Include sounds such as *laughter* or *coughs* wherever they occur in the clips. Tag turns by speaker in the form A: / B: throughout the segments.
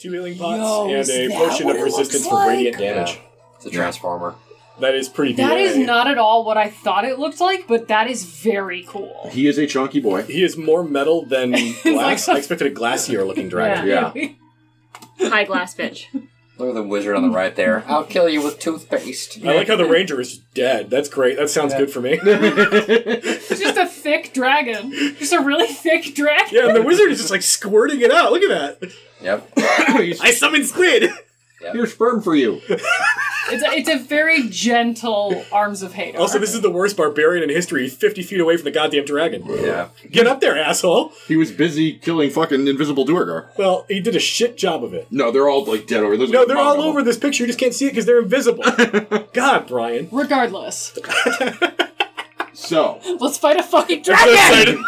A: two healing pots
B: Yo,
A: and
B: is
A: a
B: that
A: potion
B: what
A: of
B: it looks
A: resistance
B: like?
A: for radiant damage.
C: It's a transformer.
A: That is pretty.
D: That
A: DA.
D: is not at all what I thought it looked like, but that is very cool.
C: He is a chunky boy.
A: *coughs* He is more metal
B: *laughs*
A: than glass.
D: like-
A: I expected a glassier looking dragon.
C: Yeah.
E: High glass bitch.
C: Look at the wizard on the right there. Mm. I'll kill you with toothpaste.
A: I like how the ranger is dead. That's great. That sounds good for me.
D: *laughs* It's just a thick dragon. Just a really thick dragon.
A: yeah, and the wizard is just like squirting it out. Look at that.
C: Yep.
B: Here's-
A: I summoned squid.
B: Here's sperm for you.
D: It's a, it's a very gentle Arms of Hadar.
A: Also, this is the worst barbarian in history, 50 feet away from the goddamn dragon.
C: Yeah.
A: Get up there, asshole.
B: He was busy killing fucking invisible Duergar.
A: Well, he did a shit job of it.
B: No, they're all like dead over. There's
A: No,
B: like,
A: they're
B: a
A: all
B: mob of
A: over
B: them.
A: this picture. You just can't see it because they're invisible. God, Brian.
D: Regardless,
B: So,
D: let's fight a fucking
A: I'm so
D: dragon.
A: excited.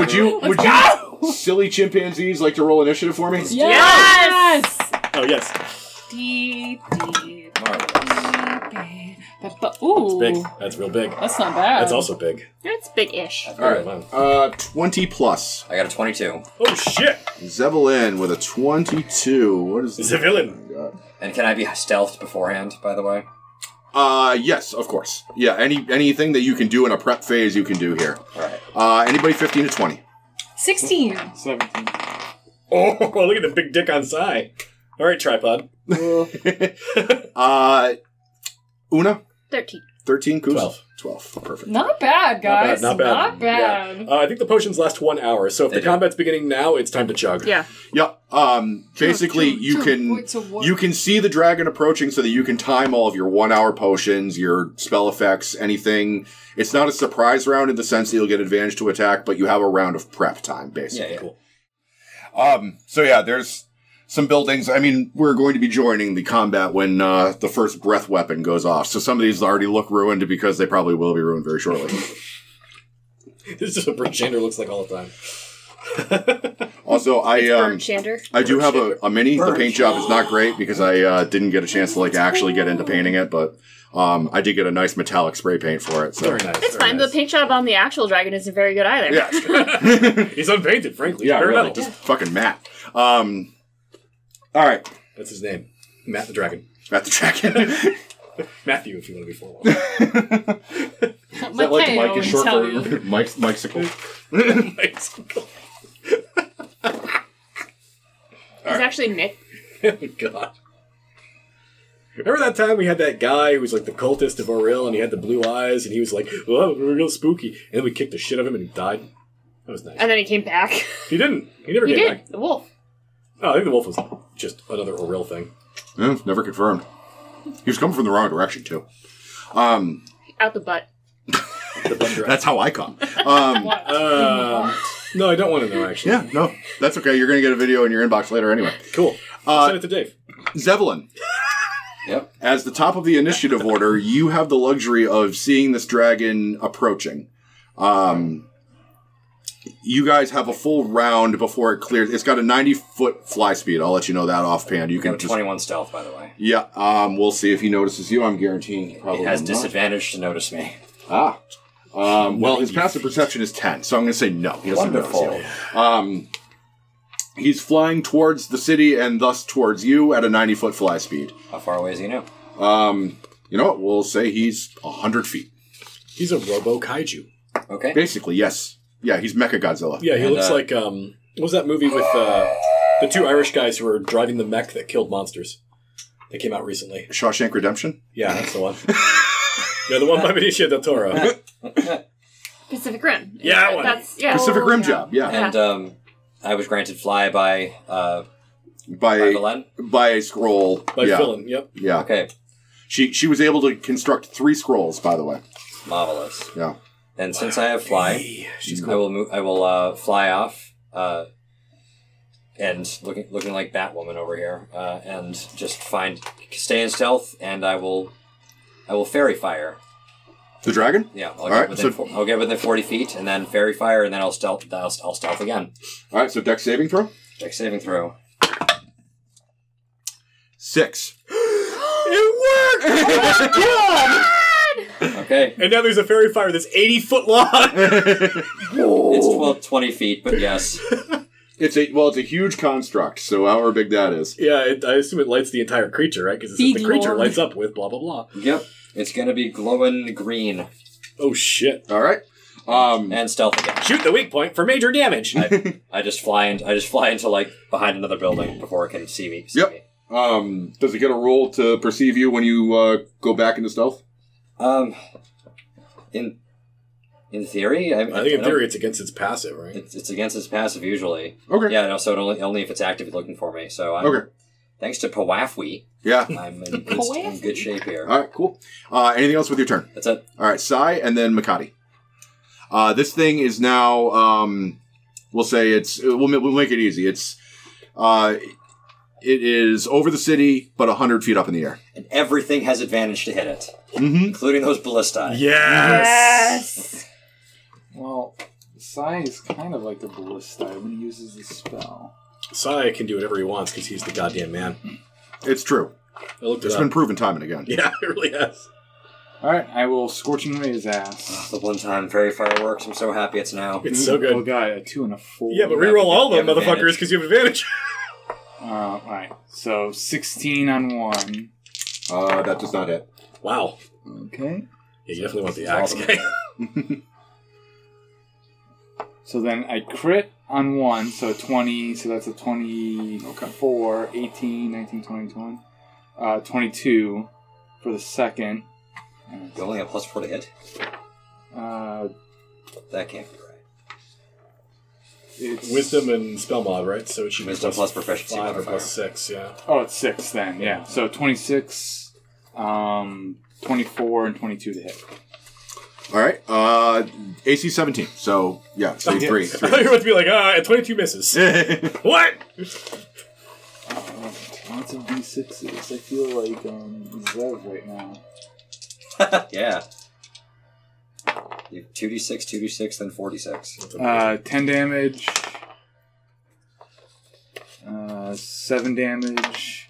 B: would you would
A: *laughs*
B: you silly chimpanzees like to roll initiative for me?
D: Yes.
A: oh, yes.
D: Dee, dee,
C: Marvelous.
D: dee. Ba- ba- Ooh,
A: Big. That's real big.
D: that's not bad.
A: That's also big.
E: That's big ish.
A: All right.
B: Uh, twenty plus.
C: I got a 22.
A: Oh, shit.
B: Zevelin with a twenty-two. What is
A: He's a villain. *laughs*
C: And can I be stealthed beforehand, by the way?
B: Uh, yes, of course. Yeah, any anything that you can do in a prep phase, you can do here.
C: Alright.
B: Uh, anybody fifteen to twenty.
D: sixteen.
F: 17.
A: Oh, look at the big dick on Psy. All right, tripod.
B: Uh, Una
E: 13.
B: thirteen. Coos?
A: Twelve.
B: Twelve. Oh, Perfect.
D: Not bad, guys.
A: Not bad. Not bad.
D: bad.
A: Uh, I think the potions last one hour, so if
C: They
A: the
C: do.
A: combat's beginning now, it's time to chug.
E: Yeah.
B: Yeah. Um. Basically,
D: Chug, chug,
B: you
D: chug.
B: can
D: Wait, so what-
B: you can see the dragon approaching, so that you can time all of your one hour potions, your spell effects, anything. It's not a surprise round in the sense that you'll get advantage to attack, but you have a round of prep time, basically.
C: Yeah, yeah.
A: Cool.
B: Um. So yeah, there's some buildings. I mean, we're going to be joining the combat when uh, the first breath weapon goes off. So some of these already look ruined because they probably will be ruined very shortly.
A: *laughs* This is what Brent Shander looks like all the time.
B: also, I um,
E: Burn Shander.
B: I do have a, a mini. The
C: Burn.
B: paint job is not great because I uh, didn't get a chance to like actually get into painting it, but um, I did get a nice metallic spray paint for it. So
A: Very nice.
E: That's
A: very
E: fine.
A: nice.
E: The paint job on the actual dragon isn't very good either.
B: yeah,
A: He's unpainted, frankly.
B: yeah,
A: Bare
B: really,
A: metal.
B: just fucking matte. Um, all right,
A: That's his name. Matt the Dragon.
B: at
A: *laughs*
B: the dragon.
A: Matthew, if you want to be formal.
D: My K, I always tell you.
A: *laughs*
B: Mike's Mike'sicle?
A: Nice.
E: It's actually Nick.
A: oh, God. Remember that time we had that guy who was like the cultist of Oril and he had the blue eyes and he was like, oh, real spooky. And then we kicked the shit out of him and he died? That was nice.
E: And then he came back.
A: he didn't. He never
E: he
A: came
E: *laughs* did.
A: back.
E: The wolf.
A: Oh, I think the wolf was just another Oril thing.
B: Yeah, never confirmed. He was coming from the wrong direction too. Um,
E: Out the butt.
A: The bum dragon.
B: that's how I come. Um,
D: What?
A: Um, no, I don't want to know, actually.
B: yeah, no, that's okay. You're gonna get a video in your inbox later anyway.
A: Cool.
B: Uh,
A: Send it to Dave.
B: Zevelin,
C: Yep.
B: As the top of the initiative order, you have the luxury of seeing this dragon approaching. Um, you guys have a full round before it clears. It's got a 90 foot fly speed. I'll let you know that offhand. You
C: I got a
B: can just.
C: 21 stealth, by the way.
B: Yeah, um, we'll see if he notices you. I'm guaranteeing he probably
C: It has
B: not.
C: disadvantage to notice me.
B: Ah. Um, well, his passive perception is 10, so I'm going to say no. He doesn't
C: Wonderful.
B: notice you. Um, he's flying towards the city and thus towards you at a 90 foot fly speed.
C: How far away is he now?
B: Um, you know what? We'll say he's 100 feet.
A: He's a robo kaiju.
C: Okay.
B: Basically, yes. Yeah, he's Mecha Godzilla.
A: Yeah, he
C: And,
A: looks
C: uh,
A: like um, what was that movie with uh, the two Irish guys who were driving the mech that killed monsters? That came out recently.
B: Shawshank Redemption.
A: Yeah, that's the one. yeah, the one by Benicio del Toro.
E: Pacific Rim.
A: Yeah, that one.
E: That's Oh, yeah.
B: Pacific Rim Job. Yeah,
C: And um, I was granted fly by uh, by
B: by
C: Valen.
B: by a scroll.
A: By
B: yeah,
A: villain. Yep.
B: yeah.
C: Okay.
B: She she was able to construct three scrolls. By the way,
C: Marvelous.
B: yeah.
C: And since I have fly,
A: Hey,
C: Mm. I will move, I will uh, fly off, uh, and looking looking like Batwoman over here, uh, and just find stay in stealth, and I will, I will fairy fire.
B: The dragon.
C: Yeah, I'll,
B: All
C: get,
B: right,
C: within
B: so-
C: four, I'll get within forty feet, and then fairy fire, and then I'll stealth. I'll, I'll stealth again.
B: All right. So deck saving throw
C: Deck saving throw.
B: six. *laughs* it
C: Okay,
A: *laughs* And now there's a fairy fire that's 80 foot long. *laughs*
B: worked. *laughs*
C: it's well twenty feet, but yes,
B: It's a well, it's a huge construct. So however big that is.
A: Yeah, it, I assume it lights the entire creature, right? Because
D: Big
A: the creature
D: lord.
A: lights up with blah blah blah.
C: Yep. It's gonna be glowing green
A: Oh shit!
B: All right. Um,
C: and stealth again.
A: Shoot the weak point for major damage.
C: I, I just fly in, I just fly into like behind another building before it can see me. see
B: Yep.
C: me.
B: um, does it get a roll to perceive you when you uh, go back into stealth?
C: Um. In in theory, I,
A: I think in
C: don't-
A: theory it's against its passive, right?
C: it's, it's against its passive usually.
B: Okay.
C: Yeah, no, so it only only if it's actively looking for me. So I'm,
B: Okay.
C: thanks to Powafwi,
B: Yeah.
C: I'm in good, in good shape here.
B: All right. Cool. Uh, anything else with your turn?
C: That's it.
B: All right, Sai, and then Makati. Uh, this thing is now. Um, we'll say it's. We'll, ma- we'll make it easy. It's. Uh, it is over the city, but hundred feet up in the air.
C: And everything has advantage to hit it,
B: Mm-hmm.
C: including those ballistae.
E: Yes.
F: Well, Sai is kind of like a ballista when he uses the spell.
A: Sai can do whatever he wants because he's the goddamn man.
B: It's true.
A: I looked it
B: It's
A: up.
B: been proven time and again.
A: *laughs* yeah, it really has.
F: All right, I will scorching ray his ass.
C: The one time fairy fireworks. I'm so happy it's now.
A: It's so
F: Oh
A: good.
F: god, a two and a four.
A: Yeah, but
C: re-
A: reroll all
C: You
A: them
C: have advantage.
A: motherfuckers because you have advantage. *laughs*
F: Uh, all right, so sixteen on one.
B: Uh, that does not hit.
A: wow.
F: Okay.
A: Yeah, you definitely want the axe guy. *laughs*
F: So then I crit on one, so 20, so that's a 24, 18, 19, 20, 21, uh, 22 for the second.
C: *laughs* You only have plus four to hit.
F: Uh,
C: That can't be right.
F: it's,
A: Wisdom and spell mod, right? So it should be
C: Wisdom
A: plus,
C: plus proficiency
A: five or
C: modifier.
A: plus six. Yeah.
F: Oh, it's six then, yeah. So 26, um, 24, and 22 to hit.
B: All right. Uh, AC seventeen. So yeah,
A: *laughs*
B: so three.
A: I
B: three.
A: thought you were about to be like, ah, twenty-two misses. what?
F: Lots of d6s. I feel like um, Zev right now.
C: *laughs* yeah. You have 2d6, 2d6, then 46.
F: Uh, 10 damage, uh, 7 damage,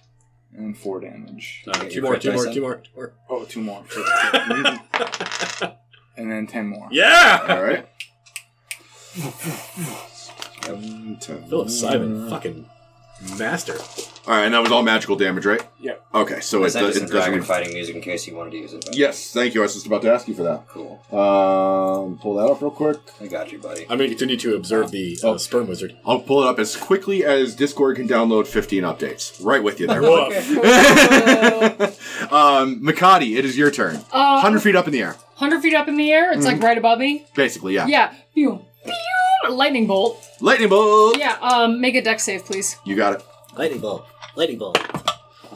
F: and 4 damage.
A: Uh, two, more, two more, two more, two more.
F: Oh, two more.
A: *laughs*
F: and then ten more.
A: Yeah.
B: all right.
A: Philip Simon, fucking master.
B: All right, and that was all magical damage, right?
F: Yep.
B: Okay, so
C: I
B: it,
C: sent you
B: does,
C: some
B: it
C: dragon
B: doesn't.
C: fighting music in case you wanted to use it. but-
B: Yes, thank you. I was just about to ask you for that.
C: Cool.
B: Um, pull that up real quick.
C: I got you, buddy.
A: I'm going to continue to observe the uh,
B: Oh.
A: sperm wizard.
B: I'll pull it up as quickly as Discord can download 15 updates. Right with you there. bud.
A: Woof.
B: um, Mikati, it is your turn.
D: Uh,
B: 100 feet up in the air,
D: 100 feet up in the air. It's
A: Mm-hmm.
D: like right above me.
B: basically, yeah.
D: Yeah. Pew. Pew. Lightning bolt.
B: Lightning bolt!
D: Yeah. Um. Make a deck save, please.
B: You got it.
A: Lightning bolt. Lightning bolt.
B: *laughs*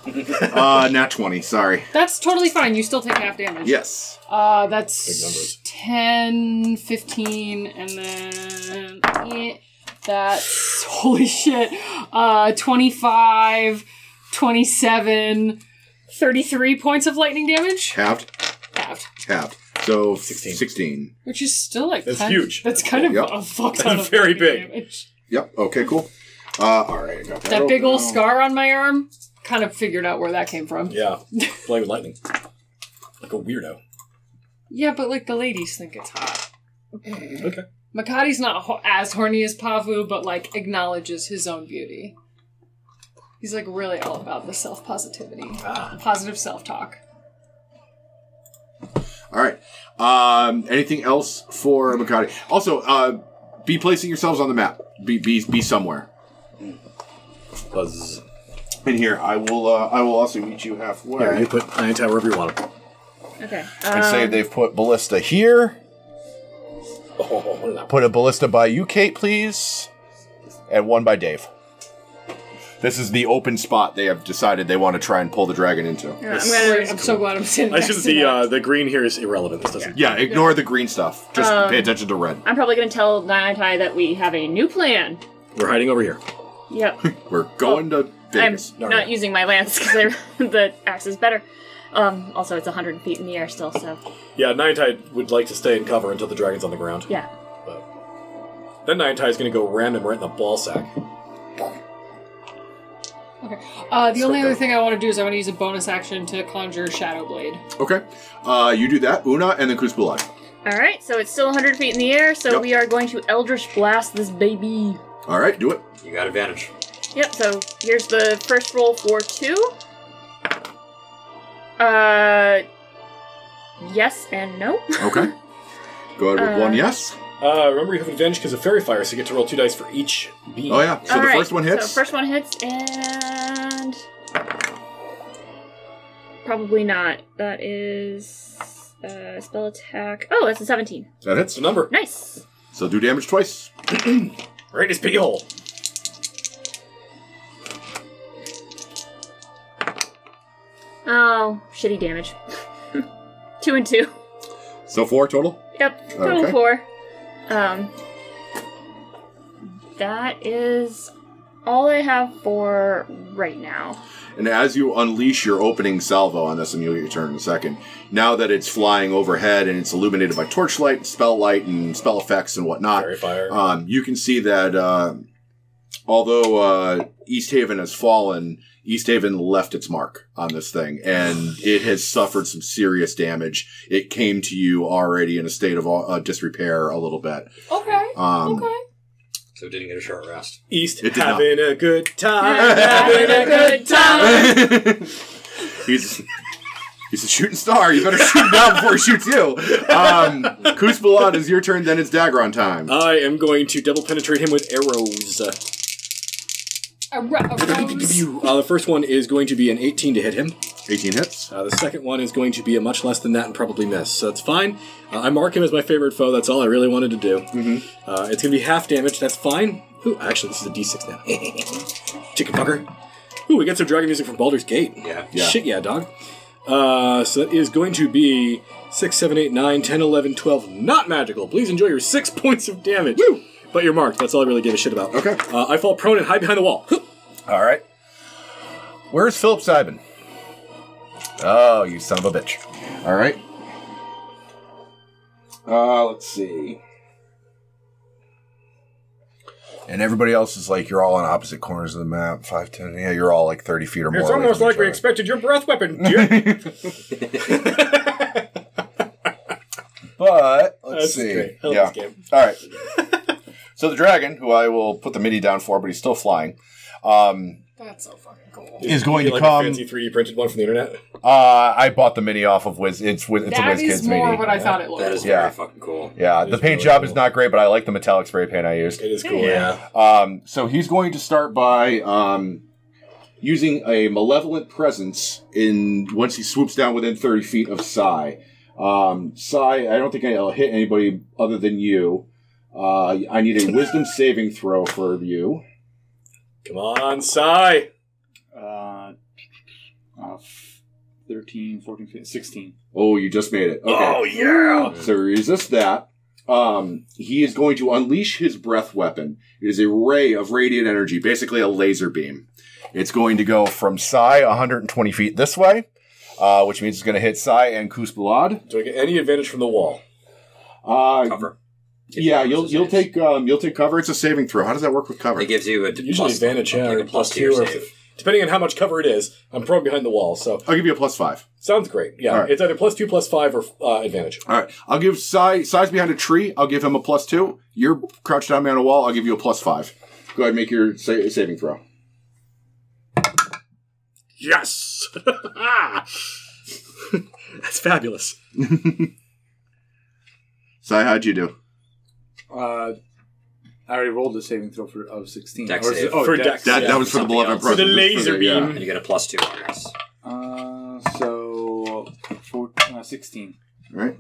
B: Uh, nat 20, sorry.
D: That's totally fine. You still take half damage.
B: Yes.
D: Uh,
A: Big
D: that's
A: numbers.
D: 10, 15, and then eh, that's holy shit. Uh, 25, 27, 33 points of lightning damage.
B: Halved,
D: Halved.
B: halved. So
A: 16.
B: 16.
D: Which is still like
A: That's
D: 10
A: huge.
D: That's kind of
B: Yep.
D: a fuck
A: That's
D: ton of
A: very
D: lightning
A: big.
D: damage.
B: Yep, okay, cool. Uh, alright, I got that.
D: That
B: open.
D: big old scar on my arm. Kind of figured out where that came from. Yeah,
A: Yeah. Playing with lightning. Like a weirdo.
D: but like the ladies think it's hot.
A: Mm. Okay.
D: Makati's not ho- as horny as Pavu, but like acknowledges his own beauty. He's like really all about the self positivity,
A: Ah.
D: positive self talk.
B: Alright. Um, anything else for Mikati? Also, uh, be placing yourselves on the map. Be, be, be somewhere.
A: Buzz.
B: In here, I will. Uh, I will also meet you halfway.
A: Here, you put Iron Tower wherever you want it.
E: Okay.
G: I'd say
E: Um,
G: they've put ballista here.
A: Oh, what is that?
G: Put a ballista by you, Kate, please, and one by Dave.
B: This is the open spot they have decided they want to try and pull the dragon into.
E: yeah, I'm gonna.
D: I'm so glad I'm sitting.
A: I
D: next
A: should
D: to
A: the
D: that.
A: uh, the green here is irrelevant. This doesn't.
B: Yeah, ignore the green stuff. Just
E: Um,
B: pay attention to red.
E: I'm probably gonna tell Niantai that we have a new plan.
A: We're hiding over here.
E: Yep.
B: We're going to
E: oh, I'm
B: Vegas.
E: not
A: right.
E: using my lance because *laughs* the axe is better. Um, also, it's 100 feet in the air still, so
A: Yeah, Ninetide would like to stay in cover until the dragon's on the ground.
E: yeah.
A: But then Ninetide's going to go random right in the ball sack.
D: Okay. Uh, the
A: So
D: only other
A: good.
D: thing I want to do is I want to use a bonus action to conjure Shadow Blade.
B: Okay. Uh, you do that, Una, and then Kuspulai.
E: All right, so it's still 100 feet in the air, so
B: Yep.
E: we are going to Eldritch Blast this baby.
B: All right, do it.
C: You got advantage.
E: Yep, so here's the first roll for two. Uh yes
B: *laughs*
E: and no.
B: Okay. Go ahead with
E: Uh,
B: one yes.
A: Uh, remember, you have advantage because of fairy fire, so you get to roll two dice for each beam.
B: Oh yeah. So
E: All
B: the
E: right,
B: first one hits.
E: So first one hits and probably not. That is uh, spell attack. Oh, that's a seventeen.
B: that
A: It's
B: hits.
A: a number.
E: Nice.
B: So do damage twice. *clears throat*
A: Right in his hole.
E: Oh, shitty damage. *laughs* two and two.
B: So four total.
E: Yep. Total
B: Okay.
E: four. Um, that is all I have for right *laughs* now.
B: And as you unleash your opening salvo on this, and you'll get your turn in a second, now that it's flying overhead and it's illuminated by torchlight, spell light, and spell effects and whatnot,
A: Fairy fire.
B: um, you can see that uh, although uh, East Haven has fallen, East Haven left its mark on this thing, and it has suffered some serious damage. It came to you already in a state of uh, disrepair a little bit.
D: Okay.
B: Um,
D: okay.
C: So didn't get a short rest.
A: East
B: it did not.
A: having a good time.
E: Having a good time.
B: *laughs* he's he's a shooting star. You better shoot him down before he shoots you. Um, Kuzbalan, is your turn. Then it's Dagron time.
A: I am going to double penetrate him with arrows.
D: A, ro- a rose.
A: Uh, the first one is going to be an 18 to hit him.
B: Eighteen hits.
A: Uh, the second one is going to be a much less than that and probably miss, so that's fine. Uh, I mark him as my favorite foe. That's all I really wanted to do. Mm-hmm. Uh, it's going to be half damage. That's fine. Ooh, actually, this is a D6 now. *laughs* Chicken fucker. Ooh, we got some dragon music from Baldur's Gate.
C: Yeah.
B: Yeah.
A: Shit, yeah, dog. Uh, so that is going to be 6, 7, 8, 9, 10, 11, 12. Not magical. Please enjoy your 6 *laughs* points of damage. Woo! But you're marked. That's all I really gave a shit about.
B: Okay.
A: Uh, I fall prone and hide behind the wall. *laughs*
G: All right. Where's Philip Simon? Oh, you son of a bitch.
B: All right.
F: Uh, let's see.
G: And everybody else is like, you're all on opposite corners of the map. 5, 10, yeah, you're all like 30 feet or more.
A: It's
G: away from
A: almost
G: each
A: like we
G: other.
A: expected your breath *laughs* weapon. dick.
G: But, let's
A: That's
G: see.
A: great. I love
G: Yeah.
A: this game.
G: All right. so the dragon, who I will put the midi down for, but he's still flying, um,
D: That's so fucking cool.
G: is going
A: You
G: to
A: like
G: come.
A: a fancy 3D printed one from the internet.
G: uh, I bought the mini off of Wiz. It's, Wiz, it's a
D: That
G: Wiz
D: is
G: Kids
D: more
G: mini.
D: what I thought it
C: That
D: looked.
C: is
G: Yeah.
C: very fucking cool.
G: yeah,
A: It
G: the
A: is
G: paint
A: really
G: job is
A: cool.
G: not great, but I like the metallic spray paint I used.
A: It is cool, yeah.
B: Um, so he's going to start by um, using a malevolent presence in once he swoops down within 30 feet of Psy. Um, Psy, I don't think I'll hit anybody other than you. Uh, I need a wisdom saving throw for you.
A: Come on, Sai.
F: Uh, uh, f- 13, 14, 15, 16.
B: Oh, you just made it. Okay.
A: yeah.
B: So resist that. Um, he is going to unleash his breath weapon. It is a ray of radiant energy, basically a laser beam.
G: It's going to go from Psy 120 feet this way, uh, which means it's going to hit Psy and Kuzbalad.
A: Do I get any advantage from the wall?
B: Uh,
C: Cover.
B: Yeah, you'll
C: It
B: you'll
C: saves.
B: take um, you'll take cover. It's a saving throw. How does that work with cover?
C: It gives you a d-
A: Usually
C: plus,
A: advantage, yeah, or
C: like a plus
A: plus
C: to your
A: two or
C: save.
A: Depending on how much cover it is, I'm prone behind the wall, so
B: I'll give you a plus five.
A: sounds great. Yeah,
B: All right.
A: it's either plus two, plus five, or uh, advantage.
B: All right, I'll give Sai size behind a tree. I'll give him a plus two. You're crouched down behind a wall. I'll give you a plus five. Go ahead, and make your sa- saving throw.
A: Yes! *laughs* That's fabulous.
B: Sai, how'd you do?
F: Uh, I already rolled a saving throw for of 16.
C: Dex
F: Or is it-
C: save.
F: Oh,
A: For
F: dex.
A: dex.
B: That
C: Yeah,
B: that was for the
C: something
B: beloved
C: else.
A: For
B: presence.
A: the laser
B: yeah.
A: beam.
C: And you get a plus two on this.
F: Uh, so four, uh, 16.
B: All right.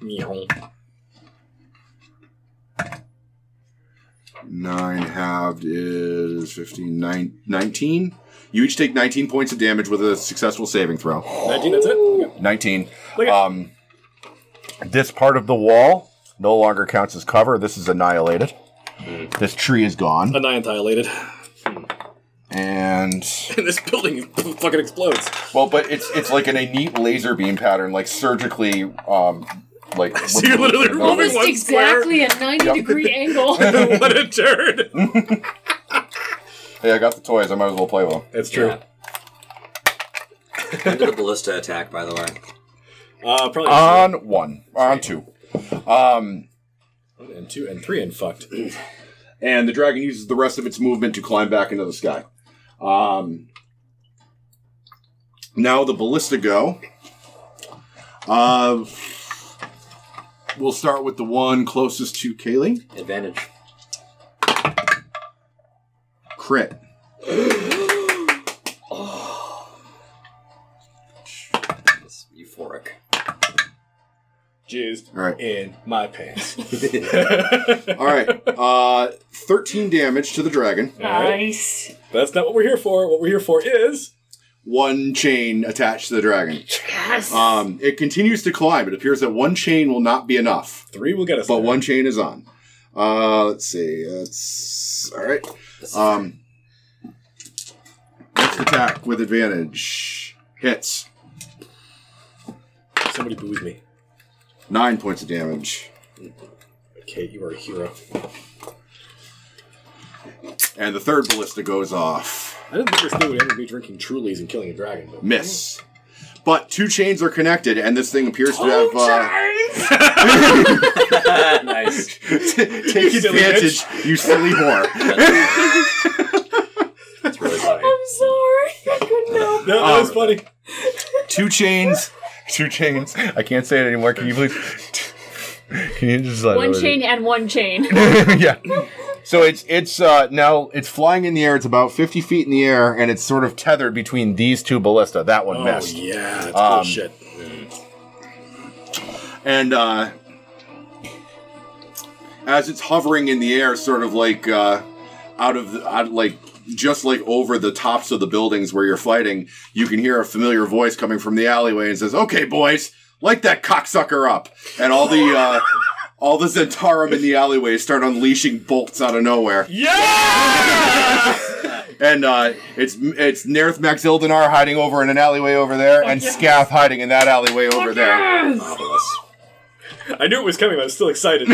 A: Meow.
B: Nine halved is 15, nine, 19. You each take 19 points of damage with a successful saving throw.
A: 19, that's it? Okay.
G: 19.
A: Look at-
G: Um, this part of the wall no longer counts as cover. This is annihilated.
A: Hmm.
G: This tree is gone.
A: Annihilated. *laughs*
G: And
A: And this building fucking *laughs* explodes.
G: well, but it's it's like in a neat laser beam pattern, like surgically, um, like.
A: *laughs* So you're literally
G: removed.
A: rolling
D: Almost
A: one square.
D: exactly a
A: *laughs*
D: 90 degree angle.
A: what a turd!
G: Hey, I got the toys. I might as well play with them.
A: That's true.
C: Yeah. I did a ballista attack, by the way.
A: Uh, probably.
G: On one, on two. Um,
A: And two and three and fucked.
B: and the dragon uses the rest of its movement to climb back into the sky. Um, now the ballista go. Uh, we'll start with the one closest to Kaylee.
C: Advantage.
B: Crit.
C: It's euphoric.
A: Jizzed
B: All right.
A: in my pants. *laughs*
B: All right. Uh, 13 damage to the dragon.
D: Nice.
A: That's not what we're here for. What we're here for is
B: One chain attached to the dragon.
E: Yes.
B: Um, it continues to climb. It appears that one chain will not be enough,
A: three will get us.
B: but
A: there.
B: one chain is on. Uh, let's see. That's all right. Um, next attack with advantage hits
A: somebody booed me.
B: nine points of damage,
A: Okay, you are a hero.
B: and the third ballista goes off.
A: I didn't think this thing would ever be drinking Trulies and killing a dragon. But *laughs*
B: Miss. But two chains are connected, and this thing appears to have uh,
C: nice.
B: take
A: silly
B: advantage. You silly whore!
G: *laughs*
C: That's really funny.
D: sorry. I couldn't help.
A: No, that was
B: Um,
A: funny.
B: two chains.
G: two chains. I can't say it anymore. Can you please? Can you just let
E: *laughs* one chain and one
B: *laughs*
E: chain.
G: yeah. So it's it's uh, now it's flying in the air. It's about fifty feet in the air, and it's sort of tethered between these two ballista. That one
A: Oh
G: missed.
A: yeah, that's
G: Um,
A: bullshit.
B: And uh, as it's hovering in the air, sort of like uh, out of the, out, like just like over the tops of the buildings where you're fighting, you can hear a familiar voice coming from the alleyway and says, "Okay, boys, light that cocksucker up!" And all the uh, all the Zentarum in the alleyway start unleashing bolts out of nowhere. *laughs* And uh, it's it's Nerith Max Ildinar hiding over in an alleyway over there, and Scath hiding in that alleyway over there.
C: Marvelous.
A: *laughs* I knew it was coming, but I was still
B: *laughs*
A: excited.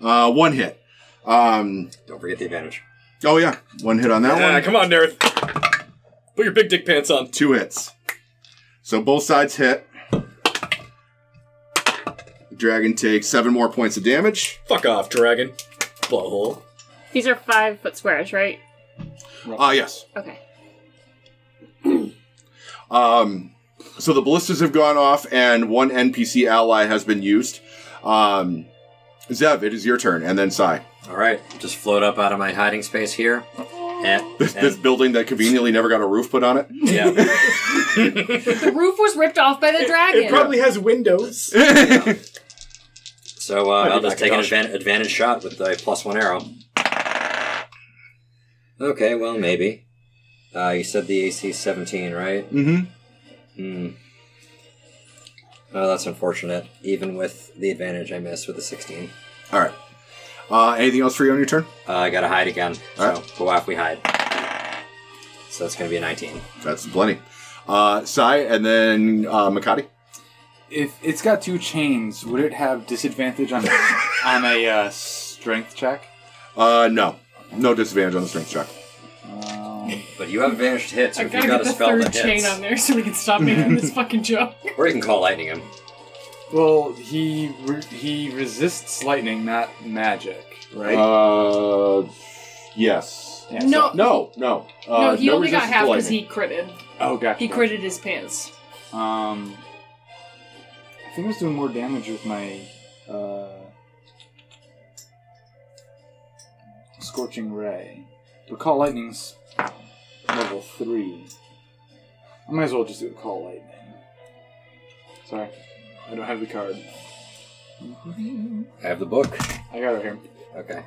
B: Uh, one hit. Um,
C: Don't forget the advantage.
B: Oh yeah, one hit on that
A: yeah,
B: one.
A: come on, Nerith. Put your big dick pants on.
B: Two hits. So both sides hit. Dragon takes seven more points of damage.
A: Fuck off, dragon. Blowhole.
E: These are five foot squares, right?
B: Ah, yes.
E: Okay.
B: Um, so the ballistas have gone off, and one NPC ally has been used. Um, Zev, it is your turn, and then Sai.
C: All right, just float up out of my hiding space here. And,
B: This, this *laughs*
C: and-
B: building that conveniently never got a roof put on it.
C: yeah,
D: The roof was ripped off by the dragon.
A: It probably has windows.
C: so uh,
A: Might be
C: I'll just take an
A: Macintosh.
C: advan- advantage shot with a plus one arrow. Okay, well, maybe. Uh, you said the AC is 17, right?
B: Mm-hmm.
C: Hmm. Oh, that's unfortunate. Even with the advantage, I missed with the 16.
B: All right. Uh, anything else for you on your turn?
C: Uh, I gotta hide again. So,
B: Alright.
C: go off, we hide. So that's gonna be a 19.
B: That's plenty. Uh, Sai, and then uh, Makati.
F: If it's got two chains, would it have disadvantage on on a uh, strength check?
B: Uh, no, no disadvantage on the strength check.
F: Um,
C: But you have advantage to hit, so
D: I
C: if you
D: gotta
C: got
D: get
C: a
D: the
C: spell
D: third
C: that
D: chain
C: hits.
D: on there so we can stop making
B: *laughs*
D: this fucking joke.
C: Or you can call lightning him.
F: *laughs* well, he re- he resists lightning, not magic, right?
B: Uh, yes.
F: Yeah,
D: No, no,
B: No, no. Uh,
D: he only got
B: resistance
D: half
B: to
D: because
B: lightning.
D: he critted.
F: so- oh, gotcha.
D: He critted his pants.
F: Um, I think I was doing more damage with my uh, scorching ray. Recall lightning's level three. I might as well just do recall lightning. Sorry, I don't have the card.
C: I have the book.
F: I got it here.
C: Okay.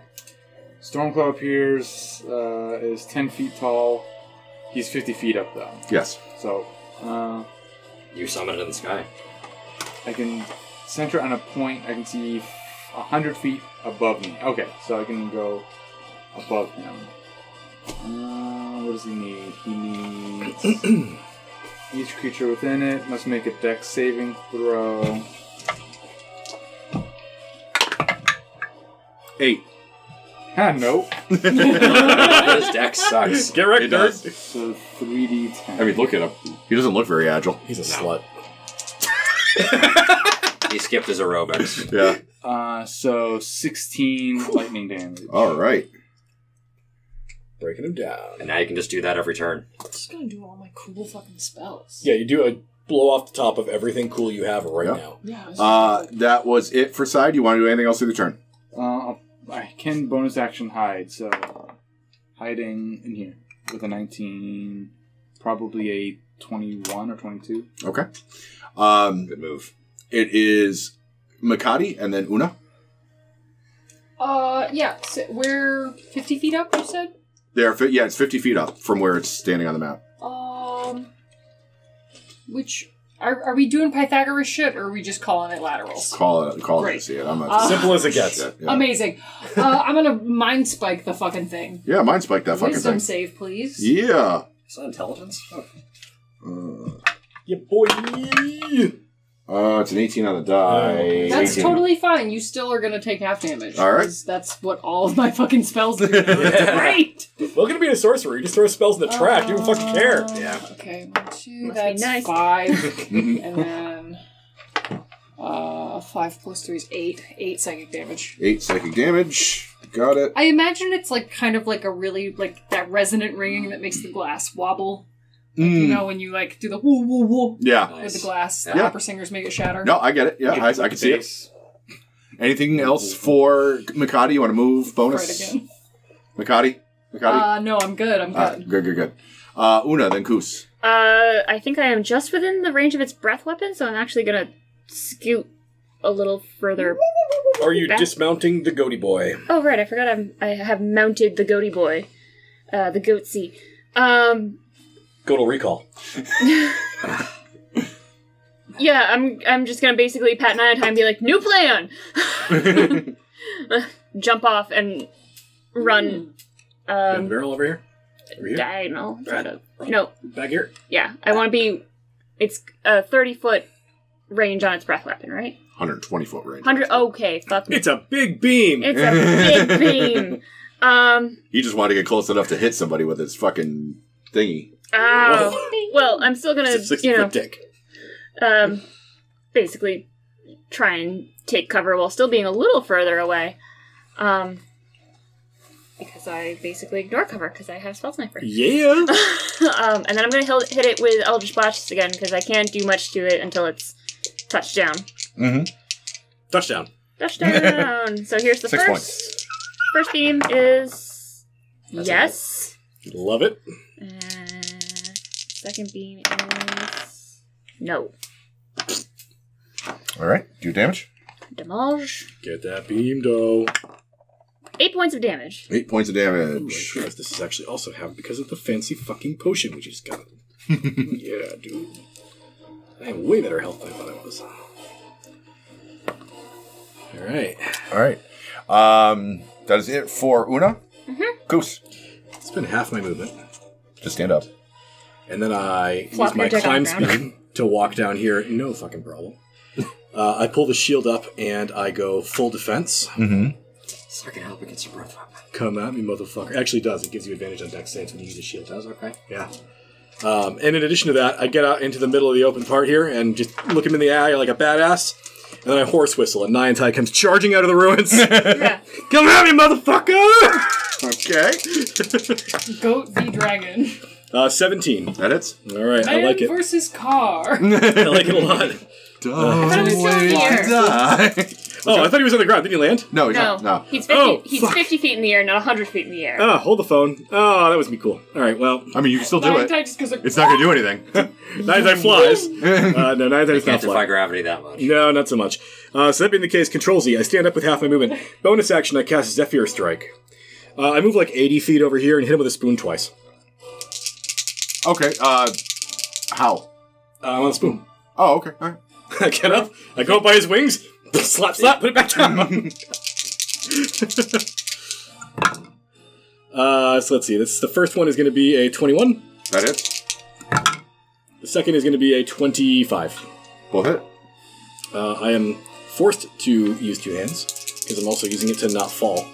F: Stormclaw appears uh, is ten feet tall. He's fifty feet up though,
B: Yes.
F: so uh,
C: You summon it in
D: *laughs*
C: the sky. *laughs*
F: I can center on a point I can see f- 100 feet above me. Okay, so I can go above him. Uh, what does he need? He needs. each creature within it must make a dex saving throw.
B: Eight.
F: Ah, nope.
C: this deck sucks.
A: Get wrecked,
B: It does.
A: Nerith.
F: So 3d10.
B: I mean, look at him. He doesn't look very agile.
A: He's a slut.
C: He skipped his aerobics.
B: Yeah.
F: Uh, so 16 lightning damage.
B: All right.
A: Breaking him down.
C: And now you can just do that every turn.
D: I'm just gonna do all my cool fucking spells.
A: Yeah, you do a blow off the top of everything cool you have right
B: Yeah.
A: now.
D: Yeah. it's
B: Uh,
D: just like-
B: that was it for side. You want to do anything else through the turn?
F: Uh, I can bonus action hide, so hiding in here with a 19, probably a 21 or 22.
B: Okay. Um,
C: Good move.
B: it is Makati and then Una.
D: Uh, yeah. So we're 50 feet up, you said?
B: There, fi- yeah, it's fifty feet up from where it's standing on the map.
D: Um. Which. Are, are we doing Pythagoras shit or are we just calling it laterals?
B: Call it, call it,
D: Great.
B: see it. I'm not.
D: Uh,
A: Simple as it gets.
B: Shit, yeah.
D: Amazing. Uh, I'm gonna mind spike the fucking thing.
B: yeah, mine spiked that fucking
D: Wisdom
B: thing.
D: save, please.
B: Yeah.
C: Is that intelligence? Oh.
B: Uh,
A: Yeah, boy.
B: uh, it's an eighteen on the die.
D: That's
B: 18.
D: totally fine. You still are gonna take half damage.
B: All right.
D: 'cause That's what all of my fucking spells
B: *laughs*
D: do. That's Great.
A: Welcome to being a sorcerer. You just throw spells in the trash. You don't fucking
E: Uh-huh.
A: care.
C: Yeah.
D: Uh, Okay, one, two.
E: Must be
D: that's
E: nice.
D: five,
B: *laughs*
D: and then uh, five plus three is eight. Eight psychic damage.
B: Eight psychic damage. Got it.
D: I imagine it's like kind of like a really like that resonant ringing that makes the glass wobble. You know when you like do the woo woo woo
B: Hmm. Yeah.
D: with the
C: Nice.
D: glass. The
B: Mm. Yeah.
D: opera singers make it shatter.
B: No, I get it. Yeah, I, I can see it. Anything else for Makati? You want to move?
D: Right
B: Bonus.
D: again.
B: Makati. Makati.
D: Uh, no, I'm good. I'm good.
B: Ah, good, good, good. Uh, Una, then Koos.
E: Uh, I think I am just within the range of its breath weapon, so I'm actually gonna scoot a little further.
A: Are you
E: Back-
A: dismounting the goatee boy?
E: Oh right, I forgot I'm, I have mounted the goaty boy, uh, the goatsy. Um,
A: Goatal recall.
E: yeah, I'm I'm just gonna basically pat nine time and be like, new plan, jump off and run.
A: Gun
E: Um,
A: barrel over here. Over here.
E: diagonal. Sort of. No,
A: Back here.
E: yeah, I want to be. It's a thirty foot range on its breath weapon, right?
B: 120 foot range.
E: Hundred. Okay, fuck me.
A: *laughs* It's a big beam.
E: It's a big beam.
A: *laughs*
E: Um.
B: You just want to get close enough to hit somebody with his fucking thingy.
E: Oh. Well, I'm still gonna,
A: It's a six
E: you know,
A: foot dick.
E: um, basically try and take cover while still being a little further away. Um, because I basically ignore cover because I have spell sniper.
A: Yeah.
E: *laughs* um, and then I'm gonna hit, hit it with Eldritch Blast again because I can't do much to it until it's touchdown.
A: Touchdown.
G: *laughs*
E: Touchdown. so here's the
G: Six
E: first.
G: points.
E: First beam is
A: That's
E: yes.
A: Love it.
E: Uh, second beam is no
G: All right, do damage.
E: damage.
A: Get that beam, though.
E: Eight points
G: *laughs*
E: of damage.
B: Eight points of
A: I'm
B: damage.
A: sure if this is actually also happening because of the fancy fucking potion we just *laughs* got. yeah, dude. I have way better health than I thought I was. Alright.
G: All right. Um, that is it for Una. Goose,
A: It's been half my movement.
G: just stand up.
A: And then I
E: Flop
A: use my
E: your dick on
A: climb
E: the ground.
A: speed to walk down here. No fucking *laughs* problem. Uh, I pull the shield up and I go full defense.
G: Mm-hmm.
C: It's not gonna help against your breath weapon.
A: Come at me, motherfucker. Actually, it does. It gives you advantage on deck saves when you use a shield.
C: That was okay.
A: Yeah. Um, and in addition to that, I get out into the middle of the open part here and just look him in the eye like a badass. And then I horse whistle, and Niantai comes charging out of the ruins.
E: yeah.
A: Come at me, motherfucker!
B: Okay.
D: Goat v dragon.
A: *laughs* Uh, 17.
B: That hits.
A: All right, I
D: Man
A: like it.
D: versus
B: *laughs*
A: *laughs*
D: car.
A: I like it a lot.
D: But it was still in the air.
A: Oh, I thought he was on the ground. Did he land?
B: *laughs* No, he's
E: No.
B: not. No.
E: He's 50,
A: Oh,
E: he's
A: fuck.
E: 50 feet in the air, not 100 feet in the air.
A: Ah, hold the phone. Oh, that was me cool. All right, well,
B: I mean, you can still do
D: Niantai
B: it.
D: just goes like,
B: It's not going to do anything.
A: Niantai flies. Uh, no, Niantai's
C: Can't
A: not
C: defy
A: flying.
C: gravity that much.
A: No, not so much. Uh, so that being the case, Control Z. I stand up with half my movement. Bonus action, I cast Zephyr Strike. Uh, I move like 80 feet over here and hit him with a spoon twice.
B: *laughs* okay. Uh, how?
A: Uh, I'm on a spoon. *laughs*
B: Oh, okay. All right.
A: I get up, I go up by his wings, *laughs* slap, slap, put it back down. *laughs* uh, so let's see. This the first one is going to be a 21.
B: That hits.
A: The second is going to be a 25.
B: Both hit.
A: Uh, I am forced to use two hands because I'm also using it to not fall.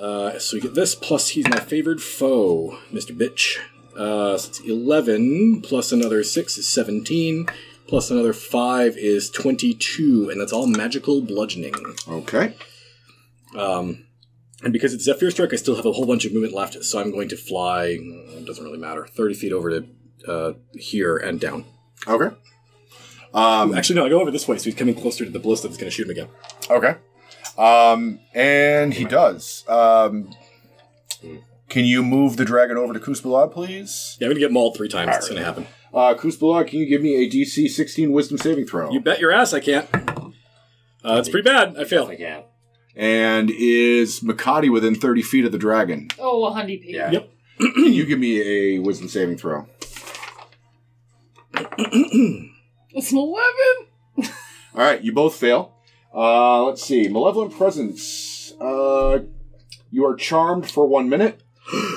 A: Uh, so we get this plus he's my favored foe, Mr. Bitch. Uh, so it's 11 plus another 6 is 17 plus another five is 22, and that's all magical bludgeoning.
B: Okay.
A: Um, and because it's Zephyr Strike, I still have a whole bunch of movement left, so I'm going to fly, mm, it doesn't really matter, 30 feet over to uh, here and down.
B: Okay. Um,
A: Actually, no, I go over this way, so he's coming closer to the ballista that's going to shoot him again.
G: Okay. Um, and he does. Um, can you move the dragon over to Kuzbalad, please?
A: Yeah, I'm going to get mauled three times. It's going to happen.
B: uh, Kuzbala, can you give me a DC 16 Wisdom saving throw?
A: You bet your ass I can't. Uh, it's pretty bad. I failed.
C: I can't.
B: And is Makati within 30 feet of the dragon?
D: Oh, a hundy pig.
C: Yeah.
A: Yep.
B: Can you give me a Wisdom saving throw?
D: It's an 11.
B: All right, you both fail. Uh, let's see. Malevolent presence. Uh, you are charmed for one minute.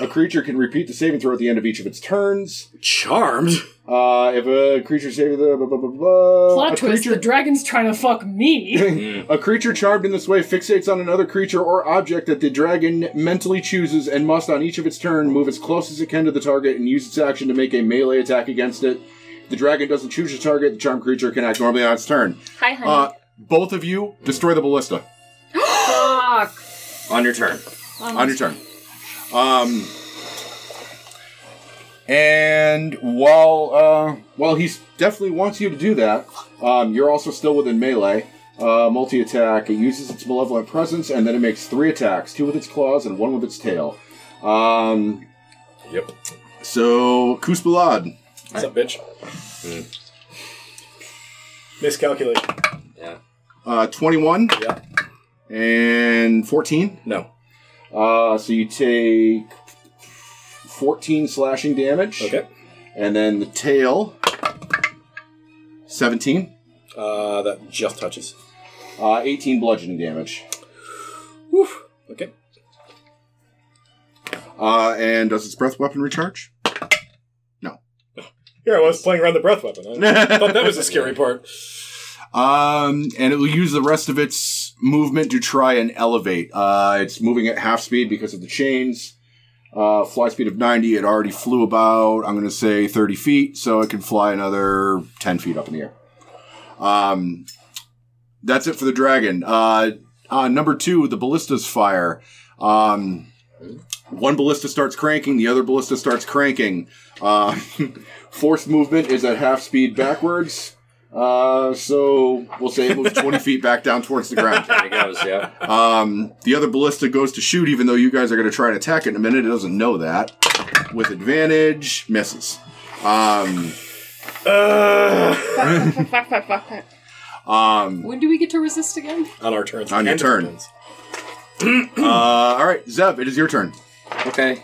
B: A creature can repeat the saving throw at the end of each of its turns.
A: Charmed.
B: Uh, if a creature saving the blah, blah, blah, blah,
D: Plot
B: a
D: twist,
B: creature
D: the dragon's trying to fuck
B: *laughs*
D: me.
B: a creature charmed in this way fixates on another creature or object that the dragon mentally chooses and must, on each of its turn, move as close as it can to the target and use its action to make a melee attack against it. If the dragon doesn't choose the target, the charmed creature can act normally on its turn.
E: Hi, honey.
B: Uh, both of you destroy the ballista
D: fuck.
C: On your turn.
B: on your turn. Um,
G: And while uh,
B: Well, he definitely wants you to do that. Um, you're also still within melee. Uh, multi attack. It uses its malevolent presence, and then it makes three attacks: two with its claws and one with its tail. Um,
A: Yep.
B: so Kuzbalad.
A: What's up, bitch? Hmm. Miscalculation.
C: Yeah.
B: uh, twenty-one
A: Yeah.
B: and fourteen.
A: No.
B: Uh, so you take fourteen slashing damage,
A: Okay.
B: and then the tail seventeen,
A: Uh, that just touches.
B: uh, eighteen bludgeoning damage,
A: Woof. Okay.
B: uh, and does its breath weapon recharge?
A: Here I was playing around the breath weapon. *laughs* I thought that was the scary part.
B: Um, and it will use the rest of its movement to try and elevate. Uh, it's moving at half speed because of the chains. Uh, fly speed of 90. It already flew about, I'm going to say 30 feet, so it can fly another 10 feet up in the air. Um, that's it for the dragon. Uh, uh, number two, the ballista's fire. Um, one ballista starts cranking, the other ballista starts cranking. Uh, *laughs* force movement is at half speed backwards. Uh, so we'll say it moves 20 *laughs* feet back down towards the ground.
C: There it goes. Yeah.
B: Um, the other ballista goes to shoot, even though you guys are going to try and attack it in a minute. It doesn't know that. With advantage, misses. Um,
A: Uh.
E: fuck, fuck, fuck, fuck, fuck, fuck.
B: um,
D: When do we get to resist again?
A: On our turns.
B: On your
A: And
B: turn.
A: turns.
B: uh, all right, Zev, it is your turn.
C: Okay.